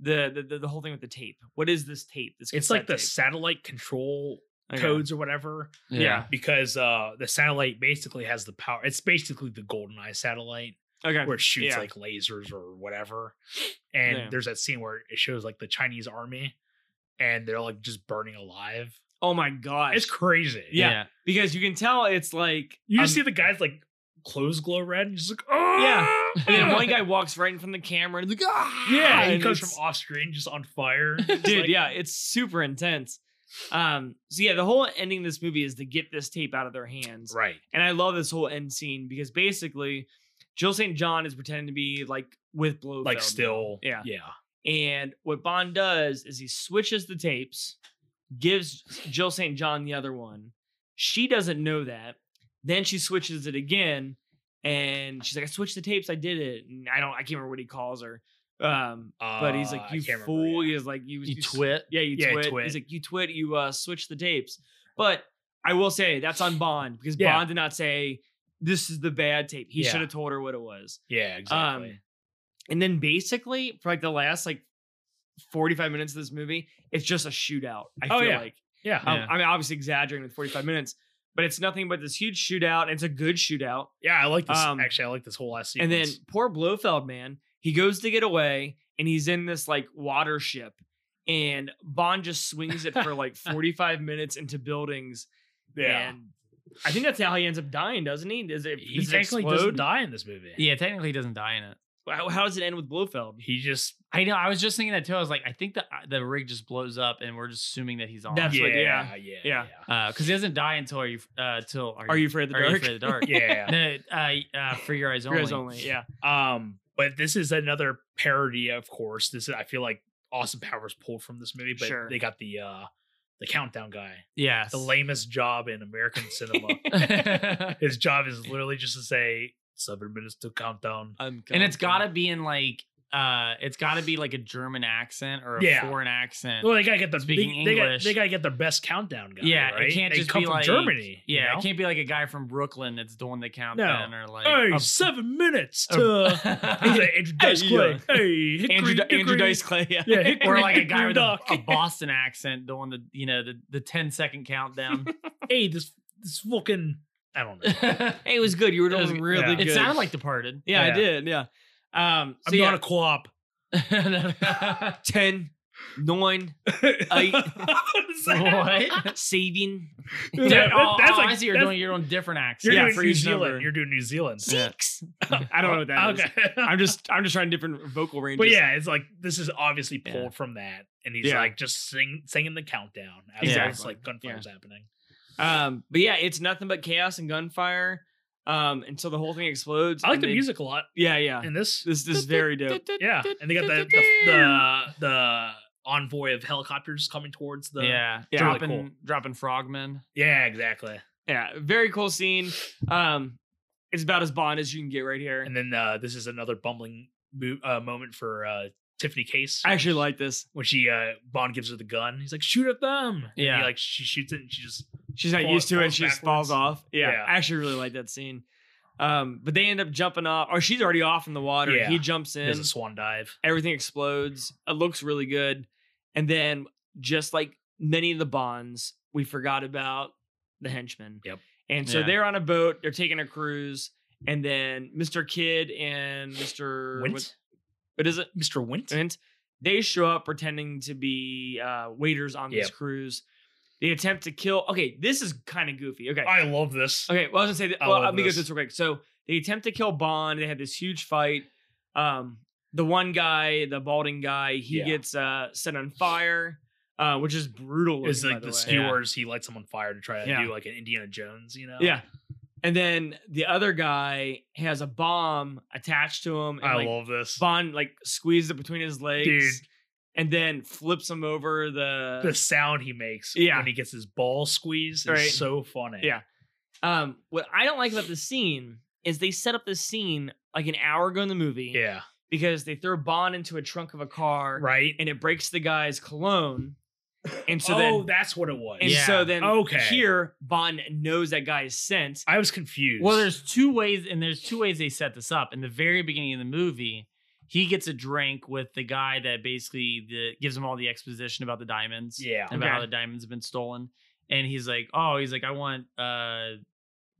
Speaker 1: the the, the the whole thing with the tape. What is this tape? This
Speaker 3: It's like the
Speaker 1: cassette
Speaker 3: satellite control
Speaker 1: tape? Okay.
Speaker 3: codes or whatever,
Speaker 1: Yeah.
Speaker 3: because uh the satellite basically has the power. It's basically the GoldenEye satellite.
Speaker 1: Okay.
Speaker 3: where it shoots
Speaker 1: Yeah.
Speaker 3: like lasers or whatever. And
Speaker 1: Yeah.
Speaker 3: there's that scene where it shows like the Chinese army and they're like just burning alive.
Speaker 1: Oh my god.
Speaker 3: It's crazy.
Speaker 1: Yeah. because you can tell it's like
Speaker 3: You just
Speaker 1: um,
Speaker 3: see the guys like clothes glow red and just like, oh,
Speaker 1: Yeah. and then one guy walks right in from the camera and it's like ah
Speaker 3: Yeah. he
Speaker 1: and
Speaker 3: comes
Speaker 1: it's-
Speaker 3: from off screen just on fire. It's
Speaker 1: dude
Speaker 3: like-
Speaker 1: yeah it's super intense um so yeah the whole ending of this movie is to get this tape out of their hands
Speaker 3: Right.
Speaker 1: And I love this whole end scene because basically Jill St. John is pretending to be like with Blofeld.
Speaker 3: Like
Speaker 1: now.
Speaker 3: still.
Speaker 1: Yeah.
Speaker 3: Yeah.
Speaker 1: And what Bond does is he switches the tapes, gives Jill St. John the other one. She doesn't know that. Then she switches it again and she's like, I switched the tapes, I did it. And I don't I can't remember what he calls her. Um but he's
Speaker 3: Uh,
Speaker 1: like,
Speaker 3: I
Speaker 1: You
Speaker 3: can't remember,
Speaker 1: fool.
Speaker 3: yeah.
Speaker 1: He's like, you,
Speaker 2: You
Speaker 1: you
Speaker 2: twit.
Speaker 1: yeah, you
Speaker 3: Yeah,
Speaker 1: twit.
Speaker 3: twit.
Speaker 1: He's like, you twit, you uh, switch the tapes. But I will say that's on Bond because
Speaker 3: Yeah.
Speaker 1: Bond did not say this is the bad tape. He
Speaker 3: Yeah.
Speaker 1: should have told her what it was.
Speaker 3: Yeah. Exactly.
Speaker 1: Um, and then basically for like the last like 45 minutes of this movie, it's just a shootout. I
Speaker 3: Oh,
Speaker 1: feel
Speaker 3: yeah.
Speaker 1: like
Speaker 3: yeah.
Speaker 1: um,
Speaker 2: Yeah.
Speaker 1: I'm obviously exaggerating with 45 minutes, but it's nothing but this huge shootout. It's a good shootout.
Speaker 3: yeah. I like this.
Speaker 1: um,
Speaker 3: Actually, I like this whole last
Speaker 1: And
Speaker 3: sequence.
Speaker 1: then poor Blofeld, man, he goes to get away and he's in this like water ship. And Bond just swings it for like 45 minutes into buildings.
Speaker 3: yeah.
Speaker 1: And I think that's how he ends up dying, doesn't he? Does it,
Speaker 3: he
Speaker 1: does it
Speaker 3: technically
Speaker 1: explode?
Speaker 3: doesn't die in this movie.
Speaker 2: Yeah, technically he doesn't die in it.
Speaker 1: How, how does it end with Blofeld?
Speaker 3: He just
Speaker 2: I know. I was just thinking that too. I was like, I think the uh, the rig just blows up, and we're just assuming that he's on.
Speaker 1: That's
Speaker 2: because
Speaker 1: what-
Speaker 3: yeah, yeah,
Speaker 1: yeah.
Speaker 2: he doesn't die until are you uh, till are,
Speaker 1: Are
Speaker 2: you
Speaker 1: you afraid of the
Speaker 2: are
Speaker 1: dark?
Speaker 2: you afraid of the dark?
Speaker 3: yeah.
Speaker 2: No, uh, uh, for your eyes
Speaker 1: Your
Speaker 2: only.
Speaker 1: eyes only, Yeah.
Speaker 3: Um, but this is another parody, of course. This is I feel like Austin Powers pulled from this movie, but
Speaker 1: Sure.
Speaker 3: they got the uh the countdown guy,
Speaker 2: Yes.
Speaker 3: the lamest job in American cinema. His job is literally just to say seven minutes to countdown.
Speaker 1: I'm
Speaker 2: and it's got to be in like uh, it's got to be like a German accent or a
Speaker 3: Yeah.
Speaker 2: foreign accent.
Speaker 3: Well, they gotta get the
Speaker 2: Speaking
Speaker 3: they, they gotta,
Speaker 2: English.
Speaker 3: they gotta get their best countdown guy.
Speaker 2: Yeah,
Speaker 3: right?
Speaker 2: it can't
Speaker 3: they
Speaker 2: just
Speaker 3: come
Speaker 2: be
Speaker 3: from
Speaker 2: like
Speaker 3: Germany. you
Speaker 2: Yeah,
Speaker 3: know?
Speaker 2: it can't be like a guy from Brooklyn that's doing the countdown or like. um,
Speaker 3: Hey,
Speaker 2: a-
Speaker 3: seven minutes
Speaker 2: a-
Speaker 3: to He's like, Andrew Dice
Speaker 1: yeah.
Speaker 2: uh,
Speaker 3: Clay. Hey,
Speaker 1: Andrew,
Speaker 3: Hickory,
Speaker 1: Di- Andrew
Speaker 3: Dickory."
Speaker 1: Dice Clay. Yeah.
Speaker 3: Yeah, Hickory,
Speaker 2: or like a guy
Speaker 3: Dickory
Speaker 2: with a,
Speaker 3: Dock.
Speaker 2: a Boston accent doing the you know the the 10 second countdown.
Speaker 3: hey, this this fucking I don't know.
Speaker 2: it
Speaker 1: Hey, it was good. You were
Speaker 2: It was-
Speaker 1: doing really
Speaker 3: yeah.
Speaker 1: good.
Speaker 2: sounded like Departed.
Speaker 1: Yeah, I
Speaker 3: Yeah.
Speaker 1: did. Yeah. Um, so
Speaker 3: I'm
Speaker 1: yeah.
Speaker 3: doing a co-op.
Speaker 2: what?
Speaker 1: 10, 9,
Speaker 3: What is that?
Speaker 1: saving.
Speaker 3: Dude,
Speaker 2: Dude,
Speaker 3: that-
Speaker 2: oh,
Speaker 3: that's
Speaker 2: oh,
Speaker 3: like-
Speaker 2: I see. You're
Speaker 3: that's-
Speaker 2: doing your own different acts.
Speaker 3: You're
Speaker 1: Yeah,
Speaker 3: doing
Speaker 1: for
Speaker 3: New
Speaker 1: each
Speaker 3: Zealand.
Speaker 1: number.
Speaker 3: You're doing New Zealand.
Speaker 1: Six. I don't know what that is.
Speaker 3: okay.
Speaker 1: I'm just I'm just trying different vocal ranges.
Speaker 3: but yeah, it's like this is obviously
Speaker 1: Yeah.
Speaker 3: pulled from that, and he's
Speaker 1: Yeah.
Speaker 3: like just sing, singing the countdown as
Speaker 2: Yeah.
Speaker 3: it's like gunfire's happening.
Speaker 1: Um, but yeah, it's nothing but chaos and gunfire. Um, until the whole thing explodes.
Speaker 3: I like
Speaker 1: and
Speaker 3: the
Speaker 1: they- uh,
Speaker 3: music a lot
Speaker 1: Yeah, yeah.
Speaker 3: in this.
Speaker 1: This this is very dope.
Speaker 3: Yeah, and they got the the, the the envoy of helicopters coming towards the.
Speaker 2: yeah,
Speaker 1: Yeah.
Speaker 3: Really
Speaker 2: dropping
Speaker 3: cool.
Speaker 2: dropping frogmen.
Speaker 3: Yeah, exactly.
Speaker 1: Yeah, very cool scene. Um, it's about as Bond as you can get right here.
Speaker 3: And then uh, this is another bumbling mo- uh, moment for uh, Tiffany Case
Speaker 1: I actually like this.
Speaker 3: when she uh, Bond gives her the gun. He's like, "Shoot at them!" And he,
Speaker 2: Yeah.
Speaker 3: like she shoots it, and she just
Speaker 1: She's not
Speaker 3: Fall-
Speaker 1: used to it.
Speaker 3: falls
Speaker 1: She just falls off. Yeah,
Speaker 3: Yeah.
Speaker 1: I actually really like that scene. Um, but they end up jumping off, or she's already off in the water.
Speaker 3: Yeah.
Speaker 1: He jumps in.
Speaker 3: does a swan dive.
Speaker 1: everything explodes. It looks really good. And then, just like many of the bonds, we forgot about the henchmen.
Speaker 3: Yep.
Speaker 1: And so
Speaker 2: Yeah.
Speaker 1: they're on a boat, they're taking a cruise, and then Mr. Kidd and Mr.
Speaker 3: Wint,
Speaker 1: what- what is it?
Speaker 3: Mr. Wint.
Speaker 1: Wint. They show up pretending to be uh, waiters on this
Speaker 3: Yep.
Speaker 1: cruise. They attempt to kill. Okay, this is kind of goofy. Okay.
Speaker 3: I love this.
Speaker 1: Okay, well, I was gonna say. That,
Speaker 3: I
Speaker 1: well,
Speaker 3: love
Speaker 1: let me go
Speaker 3: this.
Speaker 1: through this real quick. So they attempt to kill Bond. They had this huge fight. Um, the one guy, the balding guy, he
Speaker 3: Yeah.
Speaker 1: gets uh, set on fire, uh, which is brutal.
Speaker 3: It's
Speaker 1: looking,
Speaker 3: like
Speaker 1: by
Speaker 3: the,
Speaker 1: the way.
Speaker 2: skew-
Speaker 3: skewers. He lights them on fire to try to
Speaker 1: Yeah.
Speaker 3: do like an Indiana Jones, you know?
Speaker 1: Yeah. And then the other guy has a bomb attached to him, and
Speaker 3: I
Speaker 1: like,
Speaker 3: love this.
Speaker 1: Bond like squeezes it between his legs,
Speaker 3: Dude.
Speaker 1: and then flips him over the.
Speaker 3: The sound he makes
Speaker 1: Yeah.
Speaker 3: when he gets his ball squeezed is
Speaker 1: Right.
Speaker 3: so funny.
Speaker 1: Yeah. um, what I don't like about the scene is they set up the scene like an hour ago in the movie.
Speaker 3: Yeah.
Speaker 1: because they throw Bond into a trunk of a car
Speaker 3: Right.
Speaker 1: and it breaks the guy's cologne. And so
Speaker 3: oh,
Speaker 1: then
Speaker 3: that's what it was.
Speaker 1: and
Speaker 2: Yeah.
Speaker 1: so then
Speaker 3: Okay.
Speaker 1: here Bond knows that guy's scent.
Speaker 3: I was confused.
Speaker 2: Well, there's two ways, and there's two ways they set this up. In the very beginning of the movie, he gets a drink with the guy that basically the, gives him all the exposition about the diamonds,
Speaker 3: yeah.
Speaker 2: and about how
Speaker 1: Okay.
Speaker 2: the diamonds have been stolen. And he's like, "Oh, he's like, I want uh,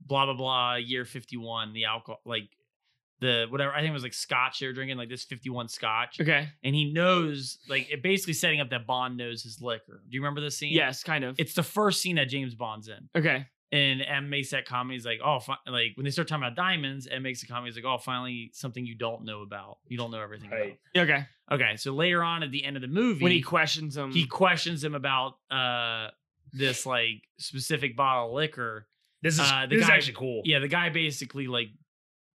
Speaker 2: blah blah blah, year fifty one, the alcohol, like the whatever. I think it was like scotch they were drinking, like this fifty one scotch."
Speaker 1: Okay.
Speaker 2: And he knows, like, it basically setting up that Bond knows his liquor. Do you remember this scene?
Speaker 1: Yes, kind of.
Speaker 2: It's the first scene that James Bond's in
Speaker 1: okay.
Speaker 2: and M makes that comment. He's like, oh, fi-, like when they start talking about diamonds, M makes a comment. He's like, oh, finally something you don't know about. You don't know everything
Speaker 3: Right.
Speaker 1: Okay.
Speaker 2: about. Okay, so later on at the end of the movie,
Speaker 1: When he questions him,
Speaker 2: he questions him about uh this like specific bottle of liquor.
Speaker 3: This is
Speaker 2: uh, the
Speaker 3: this is
Speaker 2: guy-
Speaker 3: actually cool.
Speaker 2: Yeah, the guy basically like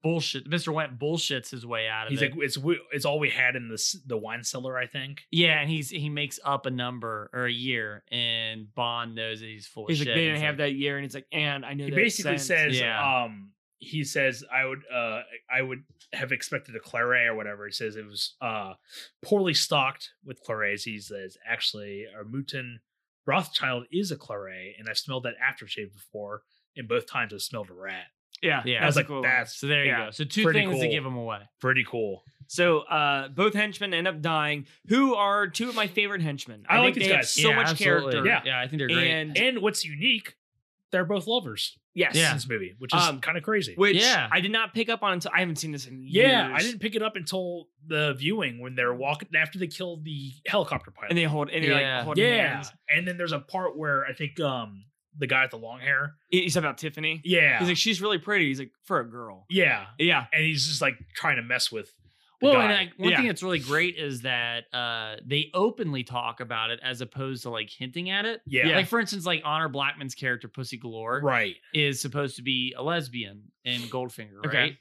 Speaker 2: bullshit. Mr. Went bullshits his way out of
Speaker 3: He's
Speaker 2: it.
Speaker 3: like, it's we- it's all we had in this the wine cellar, I think.
Speaker 2: yeah, and he's he makes up a number or a year, and Bond knows that he's full of
Speaker 1: he's like,
Speaker 2: shit.
Speaker 1: they didn't have that year, and it's like, and I know
Speaker 3: He
Speaker 1: that
Speaker 3: basically
Speaker 1: scent."
Speaker 3: says,
Speaker 2: Yeah.
Speaker 3: um, he says, I would, uh, I would have expected a claret or whatever. He says it was uh poorly stocked with clarets. He says actually, our Mouton Rothschild is a claret, and I've smelled that aftershave before, and both times I smelled a rat.
Speaker 1: yeah,
Speaker 2: Yeah.
Speaker 3: I was
Speaker 1: a
Speaker 3: like,
Speaker 1: cool one.
Speaker 3: that's
Speaker 2: So there you
Speaker 1: Yeah,
Speaker 2: go. So two
Speaker 3: pretty
Speaker 2: things to
Speaker 3: cool.
Speaker 2: give him away.
Speaker 3: pretty cool.
Speaker 1: So uh, both henchmen end up dying. Who are two of my favorite henchmen?
Speaker 3: I like
Speaker 1: think
Speaker 3: these
Speaker 1: they have
Speaker 3: guys.
Speaker 1: So
Speaker 2: Yeah,
Speaker 1: much
Speaker 2: absolutely.
Speaker 1: character.
Speaker 3: Yeah.
Speaker 2: yeah, I think they're great.
Speaker 1: And
Speaker 3: And what's unique, they're both lovers
Speaker 1: yes,
Speaker 3: in
Speaker 2: Yeah.
Speaker 3: this movie, which is
Speaker 1: Um,
Speaker 3: kind of crazy.
Speaker 1: which
Speaker 2: Yeah.
Speaker 1: I did not pick up on until I haven't seen this in years.
Speaker 3: yeah, I didn't pick it up until the viewing when they're walking after they kill the helicopter pilot.
Speaker 1: And they hold and they're
Speaker 2: Yeah.
Speaker 1: like holding
Speaker 3: Yeah.
Speaker 1: hands.
Speaker 3: And then there's a part where I think um the guy with the long hair.
Speaker 1: He's about Tiffany.
Speaker 3: Yeah.
Speaker 1: He's like, she's really pretty. He's like, for a girl.
Speaker 3: yeah.
Speaker 1: Yeah.
Speaker 3: And he's just like trying to mess with the
Speaker 2: Well,
Speaker 3: guy.
Speaker 2: and like, one
Speaker 1: Yeah.
Speaker 2: thing that's really great is that uh, they openly talk about it as opposed to like hinting at it.
Speaker 3: yeah.
Speaker 1: yeah.
Speaker 2: Like for instance, like Honor Blackman's character Pussy Galore
Speaker 3: Right.
Speaker 2: is supposed to be a lesbian in Goldfinger,
Speaker 1: Okay.
Speaker 2: right?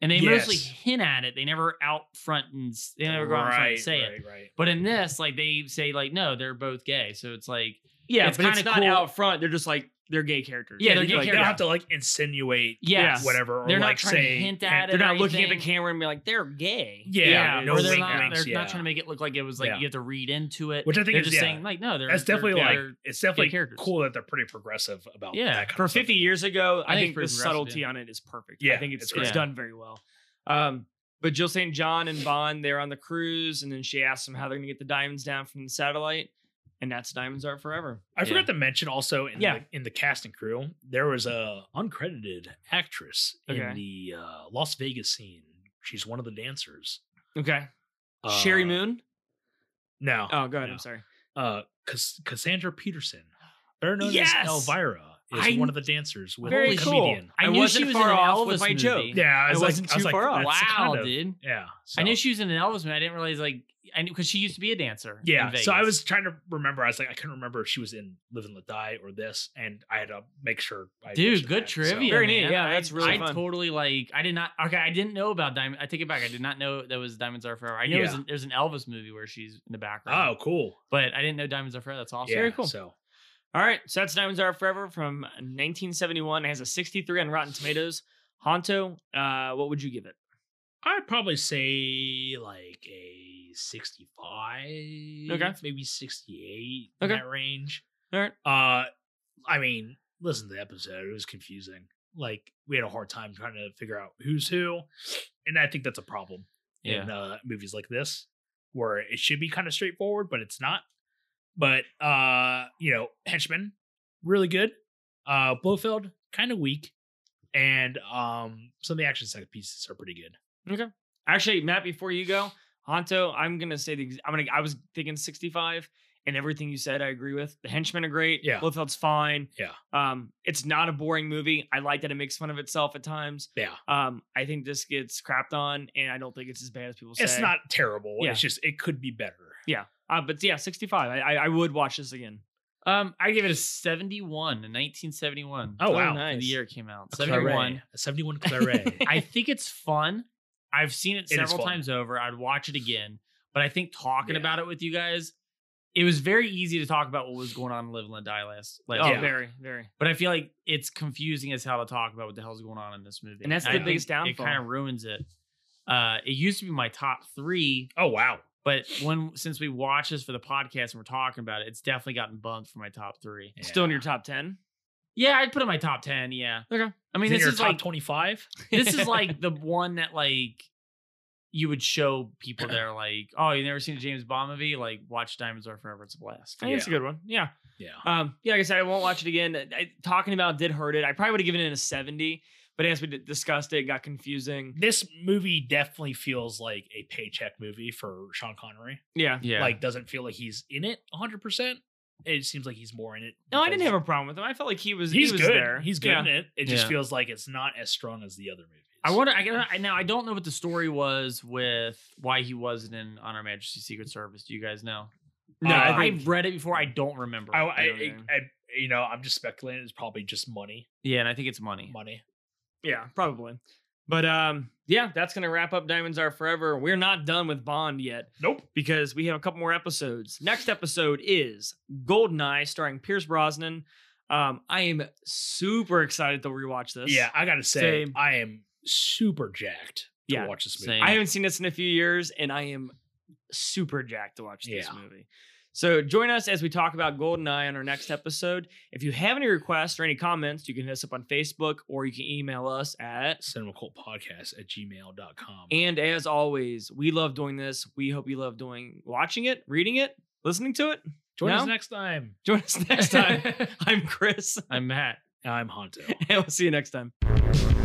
Speaker 2: And they mostly
Speaker 3: Yes.
Speaker 2: hint at it. They never out front and s- they never go out front and say it.
Speaker 3: Right, right.
Speaker 2: But in this, like they say, like no, they're both gay. So it's like
Speaker 1: Yeah,
Speaker 2: It's
Speaker 1: but it's
Speaker 2: kinda
Speaker 1: not
Speaker 2: cool.
Speaker 1: out front. They're just like they're gay characters.
Speaker 2: Yeah, they're
Speaker 1: Like,
Speaker 2: gay
Speaker 3: They
Speaker 2: Yeah.
Speaker 3: don't have to like insinuate
Speaker 2: yes,
Speaker 3: whatever or
Speaker 2: They're not
Speaker 3: like
Speaker 2: trying
Speaker 3: say
Speaker 2: to hint at it.
Speaker 1: They're
Speaker 2: or
Speaker 1: not looking at the
Speaker 2: anything.
Speaker 1: camera and be like they're gay.
Speaker 3: Yeah,
Speaker 2: Yeah,
Speaker 3: no
Speaker 2: or they're
Speaker 3: wink
Speaker 2: not.
Speaker 3: winks,
Speaker 2: They're
Speaker 3: yeah.
Speaker 2: not trying to make it look like it was like
Speaker 3: Yeah.
Speaker 2: you have to read into it.
Speaker 3: Which I think
Speaker 2: they're
Speaker 3: is-
Speaker 2: just
Speaker 3: yeah.
Speaker 2: saying like no, they're
Speaker 3: That's
Speaker 2: they're-
Speaker 3: definitely like
Speaker 2: they're-
Speaker 3: it's definitely
Speaker 2: characters.
Speaker 3: cool that they're pretty progressive about
Speaker 2: Yeah.
Speaker 3: that kind
Speaker 1: For
Speaker 3: of stuff.
Speaker 1: 50 years ago, I,
Speaker 2: I
Speaker 1: think,
Speaker 2: think
Speaker 1: the
Speaker 2: it's pretty progressive,
Speaker 1: subtlety
Speaker 2: yeah.
Speaker 1: on it is perfect. I
Speaker 3: Yeah,
Speaker 1: think it's
Speaker 3: it's
Speaker 1: it's,
Speaker 2: great.
Speaker 1: done very well. Um, but Jill St. John and Bond, they're on the cruise, and then she asks them how they're gonna get the diamonds down from the satellite. and that's Diamonds Are Forever.
Speaker 3: I
Speaker 2: Yeah.
Speaker 3: forgot to mention also in
Speaker 1: Yeah.
Speaker 3: the, in the cast and crew there was a uncredited actress
Speaker 1: Okay.
Speaker 3: in the uh, Las Vegas scene. She's one of the dancers.
Speaker 1: Okay, Sherry
Speaker 3: Uh,
Speaker 1: Moon.
Speaker 3: No,
Speaker 1: Oh, go ahead.
Speaker 3: no.
Speaker 1: I'm sorry.
Speaker 3: uh, Cass- Cassandra Peterson, better known
Speaker 1: Yes!
Speaker 3: as Elvira, is
Speaker 1: I-
Speaker 3: one of the dancers with
Speaker 1: Very
Speaker 3: the
Speaker 1: cool.
Speaker 3: comedian.
Speaker 1: I
Speaker 2: I
Speaker 1: knew she
Speaker 2: wasn't
Speaker 1: was
Speaker 2: far
Speaker 1: in an
Speaker 2: off
Speaker 1: Elvis
Speaker 2: with my
Speaker 1: movie.
Speaker 2: joke.
Speaker 3: Yeah, I
Speaker 1: I
Speaker 3: was like-
Speaker 1: wasn't
Speaker 3: I was
Speaker 1: too
Speaker 3: like,
Speaker 1: far off.
Speaker 3: that's
Speaker 2: wow,
Speaker 3: kind of-
Speaker 2: dude.
Speaker 3: Yeah,
Speaker 2: I
Speaker 3: so-
Speaker 2: knew she was in an Elvis movie. I didn't realize like I knew because she used to be a dancer. in
Speaker 3: Yeah, so I
Speaker 2: Vegas.
Speaker 3: was trying to remember. I was like, I couldn't remember if she was in Live and Let Die or this, and I had to make sure. I
Speaker 2: Dude,
Speaker 3: mentioned
Speaker 2: good
Speaker 3: that, so-
Speaker 2: trivia.
Speaker 1: Very neat.
Speaker 2: man.
Speaker 1: Yeah,
Speaker 2: I-
Speaker 1: that's really
Speaker 2: I
Speaker 1: fun.
Speaker 2: totally like. I did not. Okay, I didn't know about Diamond. I take it back. I did not know that was Diamonds Are Forever. I knew it was
Speaker 3: Yeah.
Speaker 2: an, there's an Elvis movie where she's in the background.
Speaker 3: Oh, cool.
Speaker 2: but I didn't know Diamonds Are Forever. That's awesome.
Speaker 3: yeah,
Speaker 1: very cool.
Speaker 3: So
Speaker 1: All right, so that's Diamonds Are Forever from 1971. It has a 63 on Rotten Tomatoes. Honto, uh, what would you give it?
Speaker 3: I'd probably say like a 65,
Speaker 1: Okay.
Speaker 3: maybe 68
Speaker 1: Okay.
Speaker 3: in that range.
Speaker 1: All right.
Speaker 3: Uh, I mean, listen to the episode. It was confusing. Like we had a hard time trying to figure out who's who, and I think that's a problem
Speaker 2: Yeah.
Speaker 3: in uh, movies like this, where it should be kind of straightforward, but it's not. But uh, you know, henchman, really good. Uh, Blofeld, kind of weak, and um, some of the action set pieces are pretty good.
Speaker 1: Actually, Matt, before you go, Honto, I'm gonna say the ex- I'm gonna I was thinking 65, and everything you said I agree with. The henchmen are great.
Speaker 3: Yeah.
Speaker 1: Blofeld's fine.
Speaker 3: Yeah.
Speaker 1: Um, it's not a boring movie. I like that it makes fun of itself at times.
Speaker 3: Yeah,
Speaker 1: Um, I think this gets crapped on, and I don't think it's as bad as people say.
Speaker 3: it's not terrible.
Speaker 1: Yeah.
Speaker 3: It's just it could be better.
Speaker 1: Uh, but yeah, 65. I, I I would watch this again.
Speaker 2: Um, I give it a 71 in 1971.
Speaker 3: Oh, wow.
Speaker 2: For
Speaker 1: Nice.
Speaker 2: the year it came out.
Speaker 3: A
Speaker 2: 71.
Speaker 3: Claret. a seventy-one claret.
Speaker 2: I think it's fun. I've seen it
Speaker 3: It is
Speaker 2: several
Speaker 3: fun.
Speaker 2: times over. I'd watch it again. But I think talking
Speaker 3: Yeah.
Speaker 2: about it with you guys, it was very easy to talk about what was going on in Live and Let Die last. last
Speaker 1: Oh,
Speaker 2: year.
Speaker 1: very, very.
Speaker 2: But I feel like it's confusing as hell to talk about what the hell's going on in this movie.
Speaker 1: And that's
Speaker 2: I
Speaker 1: the
Speaker 2: think
Speaker 1: biggest
Speaker 2: It
Speaker 1: downfall.
Speaker 2: kind of ruins it. Uh, it used to be my top three,
Speaker 3: oh wow.
Speaker 2: but when since we watched this for the podcast and we're talking about it, it's definitely gotten bumped from my top three.
Speaker 1: Still in
Speaker 3: Yeah.
Speaker 1: your top 10.
Speaker 2: Yeah, I'd put it in my top ten. Yeah.
Speaker 1: Okay.
Speaker 2: I mean,
Speaker 3: Is it
Speaker 2: this
Speaker 3: your
Speaker 2: is
Speaker 3: top
Speaker 2: like
Speaker 3: twenty-five.
Speaker 2: this is like the one that like you would show people that are like, oh, you never seen a James Bond movie? Like, watch Diamonds Are Forever. It's a blast.
Speaker 1: I think it's a
Speaker 3: Yeah.
Speaker 1: good one. Yeah.
Speaker 3: Yeah.
Speaker 1: Um, yeah, like I said, I won't watch it again. I, talking about it did hurt it. I probably would have given it a 70, but as we d- discussed it, it got confusing.
Speaker 3: This movie definitely feels like a paycheck movie for Sean Connery.
Speaker 1: Yeah.
Speaker 2: Yeah.
Speaker 3: Like, doesn't feel like he's in it 100%. It seems like he's more in it.
Speaker 1: No, I didn't
Speaker 3: because
Speaker 1: have a problem with him. I felt like he was
Speaker 3: He's
Speaker 1: he was
Speaker 3: good.
Speaker 1: there.
Speaker 3: He's good
Speaker 1: Yeah.
Speaker 3: in it. It just
Speaker 2: Yeah.
Speaker 3: feels like it's not as strong as the other movies.
Speaker 2: I wonder. I, gotta- I now I don't know what the story was with why he wasn't in on Our Majesty's Secret Service. Do you guys know?
Speaker 1: No,
Speaker 3: Uh,
Speaker 1: I
Speaker 2: I,
Speaker 1: think
Speaker 2: read it before. I don't remember.
Speaker 3: I, I,
Speaker 1: You know what I mean?
Speaker 3: I, I- you know, I'm just speculating. It's probably just money.
Speaker 2: yeah, and I think it's money.
Speaker 3: Money.
Speaker 1: yeah, probably. But um, yeah, that's gonna wrap up Diamonds Are Forever. We're not done with Bond yet
Speaker 3: Nope.
Speaker 1: because we have a couple more episodes. Next episode is Goldeneye, starring Pierce Brosnan. Um, I am super excited to rewatch this.
Speaker 3: Yeah, I gotta say,
Speaker 1: Same.
Speaker 3: I am super jacked to
Speaker 1: Yeah,
Speaker 3: watch this movie.
Speaker 2: same.
Speaker 1: I haven't seen this in a few years, and I am super jacked to watch this
Speaker 3: Yeah.
Speaker 1: movie. So join us as we talk about GoldenEye on our next episode. If you have any requests or any comments, you can hit us up on Facebook or you can email us at.
Speaker 3: Cinemacultpodcast at gmail.com.
Speaker 1: And as always, we love doing this. We hope you love doing watching it, reading it, listening to it.
Speaker 3: Join us
Speaker 1: No?
Speaker 3: next time.
Speaker 1: Join us next time. I'm Chris,
Speaker 2: I'm Matt.
Speaker 3: I'm Honto.
Speaker 1: and we'll see you next time.